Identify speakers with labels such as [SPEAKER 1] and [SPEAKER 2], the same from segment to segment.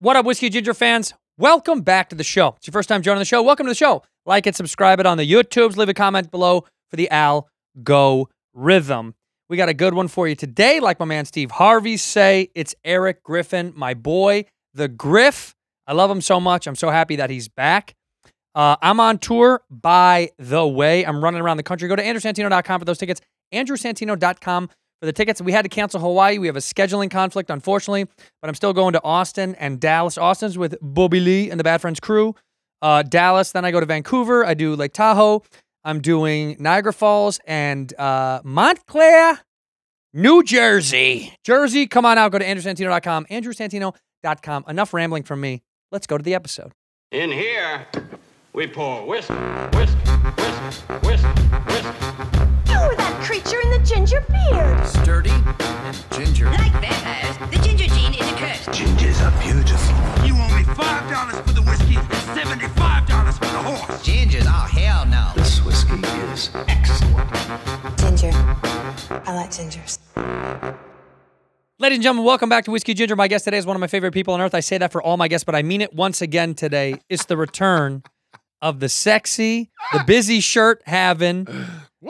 [SPEAKER 1] What up, Whiskey Ginger fans? Welcome back to the show. It's your first time joining the show. Welcome to the show. Like it, subscribe it on the YouTubes. Leave a comment below for the Al Go Rhythm. We got a good one for you today. Like my man Steve Harvey say, it's Eric Griffin, my boy, the Griff. I love him so much. I'm so happy that he's back. Uh, I'm on tour, by the way. I'm running around the country. Go to andrewsantino.com for those tickets. andrewsantino.com for the tickets. We had to cancel Hawaii. We have a scheduling conflict, unfortunately, but I'm still going to Austin and Dallas. Austin's with Bobby Lee and the Bad Friends crew. Uh, Dallas, then I go to Vancouver. I do Lake Tahoe. I'm doing Niagara Falls and uh, Montclair, New Jersey. Jersey, come on out. Go to andrewsantino.com. andrewsantino.com. Enough rambling from me. Let's go to the episode.
[SPEAKER 2] In here, we pour whisk, whisk, whisk, whisk, whisk.
[SPEAKER 3] You were Oh, that creature in the ginger beard.
[SPEAKER 4] sturdy and ginger.
[SPEAKER 5] Like vampires, the ginger gene is a curse.
[SPEAKER 6] Gingers are beautiful.
[SPEAKER 7] You owe me five dollars for the whiskey and seventy-five dollars for the horse.
[SPEAKER 4] Gingers? Oh, hell no.
[SPEAKER 6] This whiskey is excellent.
[SPEAKER 8] Ginger. I like gingers.
[SPEAKER 1] Ladies and gentlemen, welcome back to Whiskey Ginger. My guest today is one of my favorite people on earth. I say that for all my guests, but I mean it once again today. It's the return of the sexy, the busy shirt having,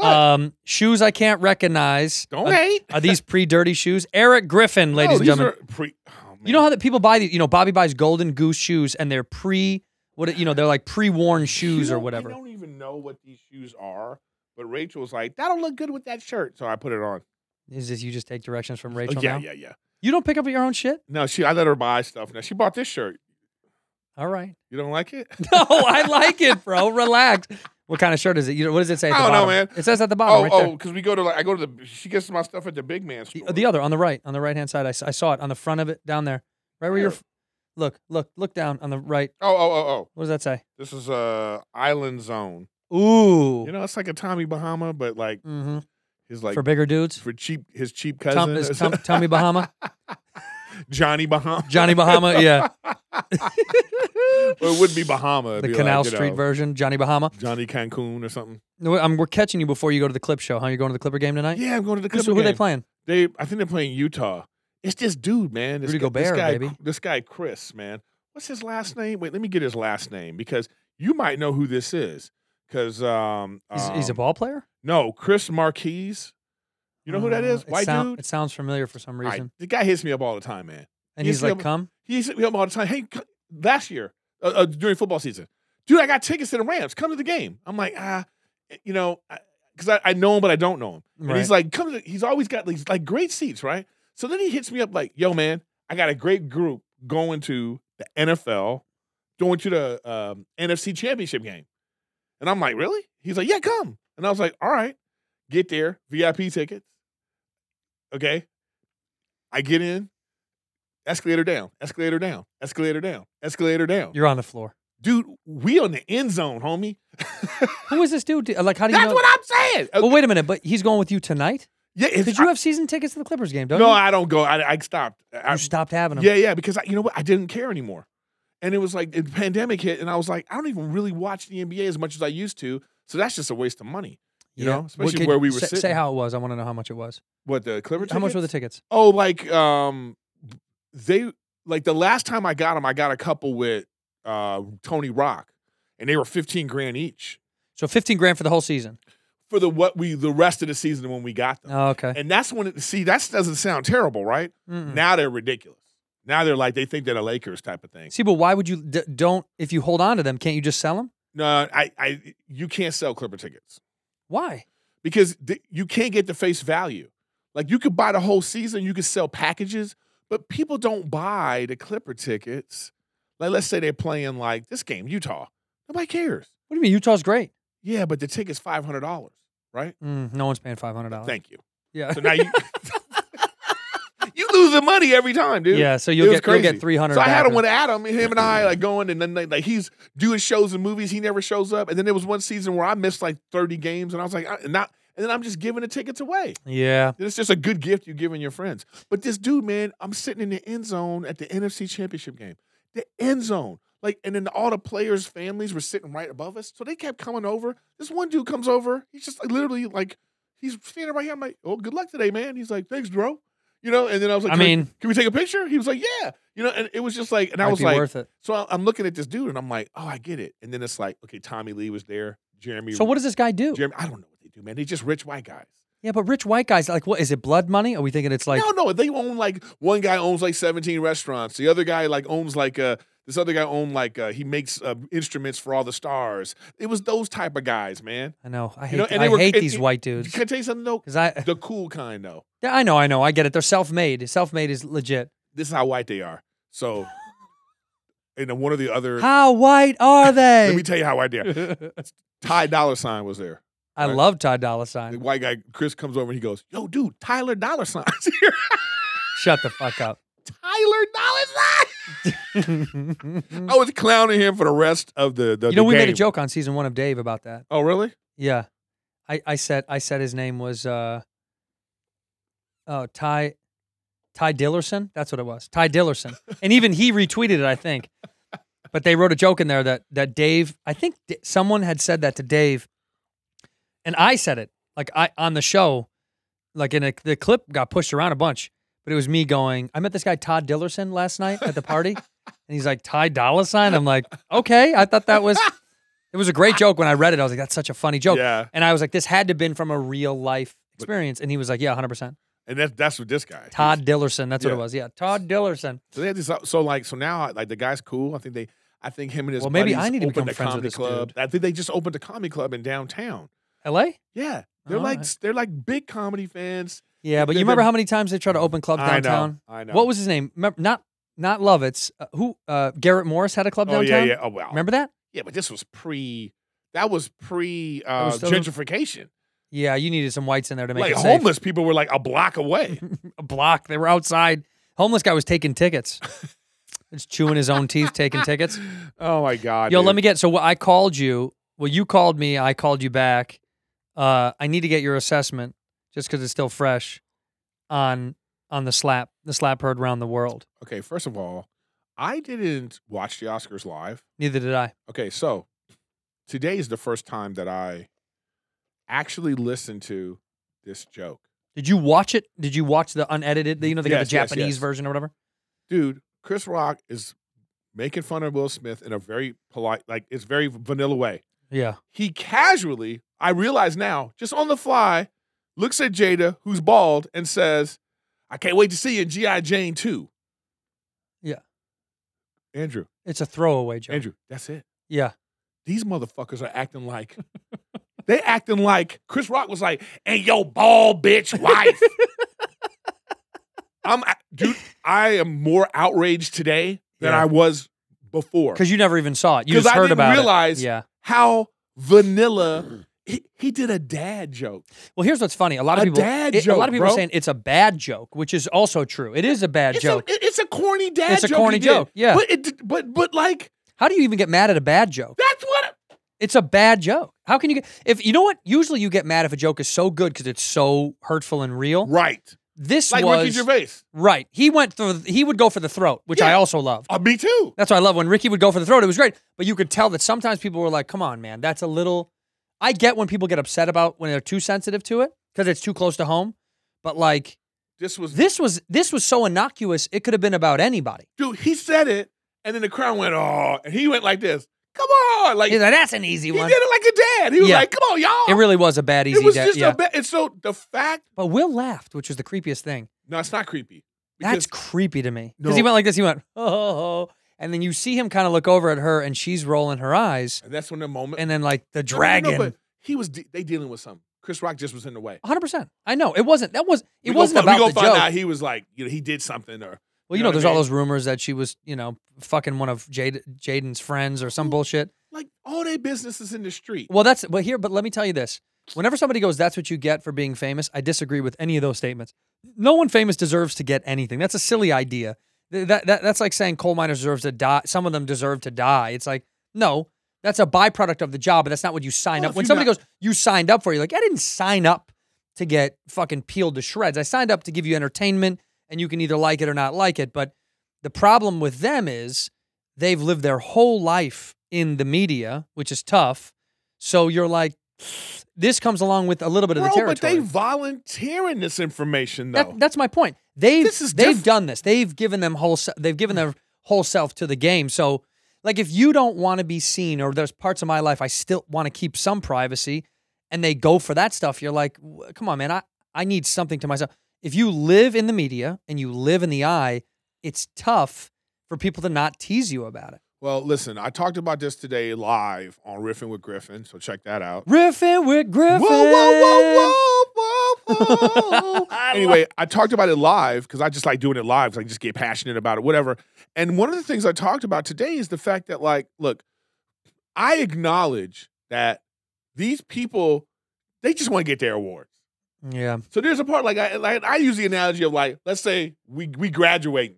[SPEAKER 1] um, shoes I can't recognize.
[SPEAKER 9] Don't
[SPEAKER 1] Are-
[SPEAKER 9] hate.
[SPEAKER 1] Are, these pre dirty shoes? Eric Griffin, ladies
[SPEAKER 9] No,
[SPEAKER 1] and
[SPEAKER 9] these
[SPEAKER 1] gentlemen.
[SPEAKER 9] are pre- oh,
[SPEAKER 1] you know how that people buy these? You know, Bobby buys Golden Goose shoes, and they're pre what? You know, they're like pre worn
[SPEAKER 9] man.
[SPEAKER 1] shoes
[SPEAKER 9] You
[SPEAKER 1] or
[SPEAKER 9] know,
[SPEAKER 1] whatever.
[SPEAKER 9] I don't even know what these shoes are, but Rachel was like, "That'll look good with that shirt," so I put it on.
[SPEAKER 1] Is this you just take directions from
[SPEAKER 9] Oh,
[SPEAKER 1] Rachel?
[SPEAKER 9] yeah,
[SPEAKER 1] now?
[SPEAKER 9] yeah, yeah.
[SPEAKER 1] You don't pick up your own shit.
[SPEAKER 9] No, she. I let her buy stuff. Now she bought this shirt.
[SPEAKER 1] All right.
[SPEAKER 9] You don't like it?
[SPEAKER 1] No, I like it, bro. Relax. What kind of shirt is it? You know, what does it say? At the
[SPEAKER 9] I don't know,
[SPEAKER 1] bottom?
[SPEAKER 9] man.
[SPEAKER 1] It says at the bottom.
[SPEAKER 9] oh,
[SPEAKER 1] right there.
[SPEAKER 9] oh, because we go to like I go to the. She gets my stuff at the big man store.
[SPEAKER 1] The, the other on the right, on the right hand side. I, s- I saw it on the front of it down there, right where your
[SPEAKER 9] Where?
[SPEAKER 1] f- Look, look, look down on the right.
[SPEAKER 9] Oh, oh, oh, oh.
[SPEAKER 1] What does that say?
[SPEAKER 9] This is uh Island Zone.
[SPEAKER 1] Ooh,
[SPEAKER 9] You know, it's like a Tommy Bahama, but like
[SPEAKER 1] hmm
[SPEAKER 9] his like
[SPEAKER 1] for
[SPEAKER 9] for,
[SPEAKER 1] bigger dudes.
[SPEAKER 9] cheap his cheap
[SPEAKER 1] Tom,
[SPEAKER 9] cousin
[SPEAKER 1] is Tom, Tommy Bahama,
[SPEAKER 9] Johnny Bahama.
[SPEAKER 1] Johnny Bahama, yeah,
[SPEAKER 9] Well, it would be Bahama. It'd
[SPEAKER 1] the
[SPEAKER 9] be like,
[SPEAKER 1] Canal
[SPEAKER 9] you
[SPEAKER 1] Street
[SPEAKER 9] know,
[SPEAKER 1] version, Johnny Bahama.
[SPEAKER 9] Johnny Cancun or something.
[SPEAKER 1] No, I'm, we're catching you before you go to the clip show. Huh? You're going to the Clipper game tonight.
[SPEAKER 9] Yeah, I'm going to the
[SPEAKER 1] Who's-
[SPEAKER 9] Clipper
[SPEAKER 1] who are they
[SPEAKER 9] game.
[SPEAKER 1] playing?
[SPEAKER 9] They, I think they're playing Utah. It's this dude, man. This
[SPEAKER 1] Rudy
[SPEAKER 9] guy, this
[SPEAKER 1] Gobert,
[SPEAKER 9] guy,
[SPEAKER 1] baby.
[SPEAKER 9] This guy, Chris, man. What's his last name? Wait, let me get his last name because you might know who this is. Because um,
[SPEAKER 1] He's, he's a
[SPEAKER 9] um,
[SPEAKER 1] ball player.
[SPEAKER 9] No, Chris Marquise. You know who that
[SPEAKER 1] Uh,
[SPEAKER 9] is?
[SPEAKER 1] it
[SPEAKER 9] White
[SPEAKER 1] sound-
[SPEAKER 9] dude.
[SPEAKER 1] It sounds familiar for some
[SPEAKER 9] All right,
[SPEAKER 1] reason.
[SPEAKER 9] the guy hits me up all the time, man.
[SPEAKER 1] and
[SPEAKER 9] you
[SPEAKER 1] he's
[SPEAKER 9] see
[SPEAKER 1] like,
[SPEAKER 9] him-
[SPEAKER 1] "Come."
[SPEAKER 9] He hits me up all the time. Hey, c- last year uh, uh, during football season, dude, I got tickets to the Rams. Come to the game. I'm like, ah, you know, because I, I know him, but I don't know him. And he's like, come. To, he's always got these like great seats, right? So then he hits me up like, yo, man, I got a great group going to the NFL, going to the um, NFC Championship game, and I'm like, really? He's like, yeah, come. And I was like, all right, get there, VIP tickets. Okay, I get in, escalator down, escalator down, escalator down, escalator down.
[SPEAKER 1] You're on the floor.
[SPEAKER 9] Dude, we on the end zone, homie.
[SPEAKER 1] Who is this dude? Do- Like, how do you
[SPEAKER 9] That's
[SPEAKER 1] know?
[SPEAKER 9] what I'm saying. Uh,
[SPEAKER 1] Well, wait a minute, but he's going with you tonight.
[SPEAKER 9] yeah, it's-
[SPEAKER 1] Did you have season tickets to the Clippers game? Don't
[SPEAKER 9] no,
[SPEAKER 1] you?
[SPEAKER 9] I don't go. I, I stopped. I,
[SPEAKER 1] you stopped having them.
[SPEAKER 9] yeah, yeah, because I, you know what? I didn't care anymore. And it was like the pandemic hit, and I was like, I don't even really watch the NBA as much as I used to. So that's just a waste of money. You know,
[SPEAKER 1] What
[SPEAKER 9] especially
[SPEAKER 1] could-
[SPEAKER 9] where we were
[SPEAKER 1] say, Say
[SPEAKER 9] sitting.
[SPEAKER 1] how it was. I want to know how much it was.
[SPEAKER 9] What the Clipper?
[SPEAKER 1] How much were the
[SPEAKER 9] tickets?
[SPEAKER 1] tickets?
[SPEAKER 9] Oh, like um, they like the last time I got them, I got a couple with uh Tony Rock, and they were fifteen grand each
[SPEAKER 1] So fifteen grand for the whole season.
[SPEAKER 9] for the what we the rest of the season when we got them.
[SPEAKER 1] Oh, okay.
[SPEAKER 9] And that's when it, see that doesn't sound terrible, right?
[SPEAKER 1] Mm-mm.
[SPEAKER 9] Now they're ridiculous. Now they're like they think they're the Lakers type of thing.
[SPEAKER 1] See, but why would you d- don't? If you hold on to them, can't you just sell them?
[SPEAKER 9] No, I, I, you can't sell Clipper tickets
[SPEAKER 1] Why?
[SPEAKER 9] because th- you can't get the face value. Like you could buy the whole season, you could sell packages, but people don't buy the Clipper tickets. Like let's say they're playing like this game, Utah. Nobody cares.
[SPEAKER 1] What do you mean? Utah's great.
[SPEAKER 9] Yeah, but the ticket's five hundred dollars, right?
[SPEAKER 1] Mm, no one's paying five hundred dollars.
[SPEAKER 9] Thank you.
[SPEAKER 1] Yeah.
[SPEAKER 9] So now you you losing money every time, dude.
[SPEAKER 1] yeah. So
[SPEAKER 9] It
[SPEAKER 1] you'll
[SPEAKER 9] was
[SPEAKER 1] get you'll
[SPEAKER 9] crazy.
[SPEAKER 1] get three hundred.
[SPEAKER 9] So I had him with Adam, and him and I like going, and then like, like, he's doing shows and movies. He never shows up, and then there was one season where I missed like thirty games, and I was like, I, and not, and then I'm just giving the tickets away.
[SPEAKER 1] Yeah.
[SPEAKER 9] It's just a good gift you're giving your friends. But this dude, man, I'm sitting in the end zone at the NFC Championship game, the end zone, like, and then all the players' families were sitting right above us, so they kept coming over. This one dude comes over, he's just like, literally like, he's standing right here. I'm like, oh, good luck today, man. He's like, thanks, bro. You know, and then I was like,
[SPEAKER 1] I
[SPEAKER 9] "Can we-
[SPEAKER 1] mean-
[SPEAKER 9] can we take a picture? He was like, yeah. You know, and it was just like, and I
[SPEAKER 1] Might
[SPEAKER 9] was
[SPEAKER 1] be
[SPEAKER 9] like,
[SPEAKER 1] worth it.
[SPEAKER 9] so I- I'm looking at this dude, and I'm like, oh, I get it. And then it's like, okay, Tommy Lee was there, Jeremy.
[SPEAKER 1] So what does this guy do?
[SPEAKER 9] Jeremy? I don't know what they do, man. They just rich white guys.
[SPEAKER 1] Yeah, but rich white guys like what is it? Blood money? Are we thinking it's like
[SPEAKER 9] no, no, they own like one guy owns like 17 restaurants. The other guy like owns like uh this other guy owned like uh, he makes uh, instruments for all the stars. It was those type of guys, man.
[SPEAKER 1] I know I hate
[SPEAKER 9] You know,
[SPEAKER 1] I
[SPEAKER 9] they were-
[SPEAKER 1] hate
[SPEAKER 9] it-
[SPEAKER 1] these
[SPEAKER 9] it-
[SPEAKER 1] white dudes
[SPEAKER 9] Can I tell you something though?
[SPEAKER 1] because I
[SPEAKER 9] The cool kind though.
[SPEAKER 1] yeah, I know I know I get it. They're self made. Self made is legit.
[SPEAKER 9] This is how white they are. So, and then one of the other.
[SPEAKER 1] How white are
[SPEAKER 9] Let me
[SPEAKER 1] they?
[SPEAKER 9] tell you how white they are. Ty Dollar Sign was there.
[SPEAKER 1] I love Ty Dolla
[SPEAKER 9] The
[SPEAKER 1] Sign.
[SPEAKER 9] white guy Chris comes over and he goes, "Yo, dude, Tyler Dollar Sign's here.
[SPEAKER 1] Shut the fuck up.
[SPEAKER 9] Tyler Dollar Sign."
[SPEAKER 1] you
[SPEAKER 9] I was clowning him for the rest of the. the
[SPEAKER 1] Mm. know
[SPEAKER 9] the
[SPEAKER 1] we made a
[SPEAKER 9] game.
[SPEAKER 1] joke on season one of Dave about that.
[SPEAKER 9] Oh, really?
[SPEAKER 1] Yeah, I, I said I said his name was uh oh Ty Ty Dillerson. That's what it was. Ty Dillerson, and even he retweeted it, I think. But they wrote a joke in there that that Dave. I think D- someone had said that to Dave, and I said it like I on the show, like in a, the clip got pushed around a bunch. But it was me going. I met this guy Todd Dillerson last night at the party, and he's like Ty Dolla Sign. I'm like, okay. I thought that was. It was a great joke when I read it. I was like, that's such a funny joke.
[SPEAKER 9] Yeah.
[SPEAKER 1] And I was like, this had to have been from a real life experience. And he was like, yeah, 100%.
[SPEAKER 9] And that's that's what this guy.
[SPEAKER 1] Todd Dillerson. That's what
[SPEAKER 9] Yeah.
[SPEAKER 1] it was. Yeah. Todd Dillerson.
[SPEAKER 9] So they had this. uh, So like, so now like the guy's cool. I think they. I think him and his
[SPEAKER 1] Well, maybe
[SPEAKER 9] buddies
[SPEAKER 1] I need to
[SPEAKER 9] opened
[SPEAKER 1] become
[SPEAKER 9] a
[SPEAKER 1] friends with
[SPEAKER 9] comedy
[SPEAKER 1] this
[SPEAKER 9] club. I think they just opened a comedy club in downtown.
[SPEAKER 1] LA?
[SPEAKER 9] Yeah, they're
[SPEAKER 1] All
[SPEAKER 9] like
[SPEAKER 1] right.
[SPEAKER 9] they're like big comedy fans.
[SPEAKER 1] Yeah. But you
[SPEAKER 9] They've
[SPEAKER 1] remember
[SPEAKER 9] been-
[SPEAKER 1] how many times they tried to open clubs
[SPEAKER 9] I know,
[SPEAKER 1] downtown?
[SPEAKER 9] I know.
[SPEAKER 1] What was his name? Remember, not not Lovitz. Uh, who? Uh, Garrett Morris had a club
[SPEAKER 9] oh
[SPEAKER 1] downtown.
[SPEAKER 9] yeah, yeah. Oh wow.
[SPEAKER 1] Remember that?
[SPEAKER 9] Yeah, but this was pre. That was pre uh,
[SPEAKER 1] was- that was-
[SPEAKER 9] gentrification.
[SPEAKER 1] Yeah. You needed some whites in there to make
[SPEAKER 9] Like
[SPEAKER 1] it safe.
[SPEAKER 9] homeless people were like a block away.
[SPEAKER 1] A block. They were outside. Homeless guy was taking tickets. Just chewing his own teeth, taking tickets.
[SPEAKER 9] oh my god.
[SPEAKER 1] Yo,
[SPEAKER 9] dude.
[SPEAKER 1] let me get. So what I called you. Well, you called me. I called you back. Uh, I need to get your assessment just because it's still fresh on on the slap the slap heard around the world.
[SPEAKER 9] Okay, first of all, I didn't watch the Oscars live.
[SPEAKER 1] Neither did I.
[SPEAKER 9] Okay, so today is the first time that I actually listened to this joke.
[SPEAKER 1] Did you watch it? Did you watch the unedited? the- You know, they got
[SPEAKER 9] Yes,
[SPEAKER 1] the
[SPEAKER 9] yes,
[SPEAKER 1] Japanese
[SPEAKER 9] yes.
[SPEAKER 1] version or whatever.
[SPEAKER 9] dude, Chris Rock is making fun of Will Smith in a very polite, like it's very vanilla way.
[SPEAKER 1] Yeah,
[SPEAKER 9] He casually, I realize now, just on the fly, looks at Jada, who's bald, and says, I can't wait to see you in G.I. Jane 2.
[SPEAKER 1] Yeah.
[SPEAKER 9] Andrew,
[SPEAKER 1] it's a throwaway joke.
[SPEAKER 9] Andrew, that's it.
[SPEAKER 1] Yeah,
[SPEAKER 9] These motherfuckers are acting like they acting like Chris Rock was like, and yo bald bitch wife. I'm dude, I am more outraged today than
[SPEAKER 1] Yeah.
[SPEAKER 9] I was before.
[SPEAKER 1] because you never even saw it. You
[SPEAKER 9] 'Cause
[SPEAKER 1] just
[SPEAKER 9] I
[SPEAKER 1] heard
[SPEAKER 9] didn't
[SPEAKER 1] about
[SPEAKER 9] realize-
[SPEAKER 1] it. Yeah.
[SPEAKER 9] how vanilla he, he did a dad joke.
[SPEAKER 1] Well, here's what's funny. A lot of
[SPEAKER 9] A
[SPEAKER 1] people.
[SPEAKER 9] dad
[SPEAKER 1] it- a lot
[SPEAKER 9] joke,
[SPEAKER 1] of people are
[SPEAKER 9] bro.
[SPEAKER 1] saying it's a bad joke, which is also true. It is a bad
[SPEAKER 9] It's
[SPEAKER 1] joke.
[SPEAKER 9] a it- it's a corny dad
[SPEAKER 1] It's a
[SPEAKER 9] joke. he
[SPEAKER 1] corny
[SPEAKER 9] did.
[SPEAKER 1] joke, yeah.
[SPEAKER 9] But it did- but but like
[SPEAKER 1] How do you even get mad at a bad joke?
[SPEAKER 9] that's what
[SPEAKER 1] It's a bad joke. How can you get if you know what? Usually you get mad if a joke is so good because it's so hurtful and real.
[SPEAKER 9] right.
[SPEAKER 1] This
[SPEAKER 9] Like
[SPEAKER 1] was
[SPEAKER 9] Ricky Gervais.
[SPEAKER 1] right. He went through. He would go for the throat, which I
[SPEAKER 9] Yeah.
[SPEAKER 1] also loved.
[SPEAKER 9] Uh, me too.
[SPEAKER 1] That's why I love when Ricky would go for the throat. It was great, but you could tell that sometimes people were like, "Come on, man, that's a little." I get when people get upset about when they're too sensitive to it because it's too close to home, but like
[SPEAKER 9] This was
[SPEAKER 1] this was this was so innocuous it could have been about anybody.
[SPEAKER 9] dude, he said it, and then the crowd went, oh, and he went like this. Come on. Like,
[SPEAKER 1] He's like, that's an easy
[SPEAKER 9] he
[SPEAKER 1] one.
[SPEAKER 9] did it like a dad. He was
[SPEAKER 1] Yeah.
[SPEAKER 9] like, come on, y'all.
[SPEAKER 1] It really was a bad easy.
[SPEAKER 9] It was
[SPEAKER 1] dad-
[SPEAKER 9] just
[SPEAKER 1] yeah.
[SPEAKER 9] a bit. And so the fact,
[SPEAKER 1] but Will laughed, which was the creepiest thing.
[SPEAKER 9] no, it's not creepy.
[SPEAKER 1] That's creepy to me. Because he
[SPEAKER 9] No.
[SPEAKER 1] went like this. He went, oh, and then you see him kind of look over at her, and she's rolling her eyes,
[SPEAKER 9] and that's when the moment.
[SPEAKER 1] and then like the
[SPEAKER 9] No, no, no,
[SPEAKER 1] dragon.
[SPEAKER 9] but he was, de- they dealing with something. Chris Rock just was in the way.
[SPEAKER 1] 100%. I know. It wasn't, that was, it
[SPEAKER 9] We go
[SPEAKER 1] wasn't
[SPEAKER 9] fi-
[SPEAKER 1] about
[SPEAKER 9] we go
[SPEAKER 1] the
[SPEAKER 9] find
[SPEAKER 1] joke.
[SPEAKER 9] out he was like, you know, he did something or.
[SPEAKER 1] well, you know,
[SPEAKER 9] what I
[SPEAKER 1] there's all
[SPEAKER 9] mean?
[SPEAKER 1] those rumors that she was, you know, fucking one of Jade, Jaden's friends or some
[SPEAKER 9] Mm.
[SPEAKER 1] bullshit.
[SPEAKER 9] Like, all their business is in the street.
[SPEAKER 1] Well, that's, but here, but let me tell you this. Whenever somebody goes, that's what you get for being famous, I disagree with any of those statements. No one famous deserves to get anything. That's a silly idea. Th- That, that, that's like saying coal miners deserve to die. Some of them deserve to die. It's like, no, that's a byproduct of the job, but that's not what you sign
[SPEAKER 9] Well,
[SPEAKER 1] up.
[SPEAKER 9] if
[SPEAKER 1] When
[SPEAKER 9] you
[SPEAKER 1] somebody
[SPEAKER 9] got-
[SPEAKER 1] goes, you signed up for, it," you're like, I didn't sign up to get fucking peeled to shreds. I signed up to give you entertainment and you can either like it or not like it. But the problem with them is they've lived their whole life in the media, which is tough. So you're like, This comes along with a little bit of the
[SPEAKER 9] Bro,
[SPEAKER 1] territory.
[SPEAKER 9] but they volunteering this information though.
[SPEAKER 1] That, that's my point. They've
[SPEAKER 9] This is
[SPEAKER 1] they've
[SPEAKER 9] diff-
[SPEAKER 1] done this. They've given them whole. se- They've given their whole self to the game. So, like, if you don't want to be seen, or there's parts of my life I still want to keep some privacy, and they go for that stuff, you're like, "W- come on, man, I I need something to myself. If you live in the media and you live in the eye, it's tough for people to not tease you about it.
[SPEAKER 9] well, listen, I talked about this today live on Riffing with Griffin, so check that out.
[SPEAKER 1] Riffing with Griffin.
[SPEAKER 9] Whoa, whoa, whoa, whoa, whoa. anyway, I talked about it live because I just like doing it live 'cause I just get passionate about it, whatever. And one of the things I talked about today is the fact that, like, look, I acknowledge that these people, they just want to get their awards.
[SPEAKER 1] Yeah.
[SPEAKER 9] So there's a part like I like I use the analogy of like, let's say we we graduating,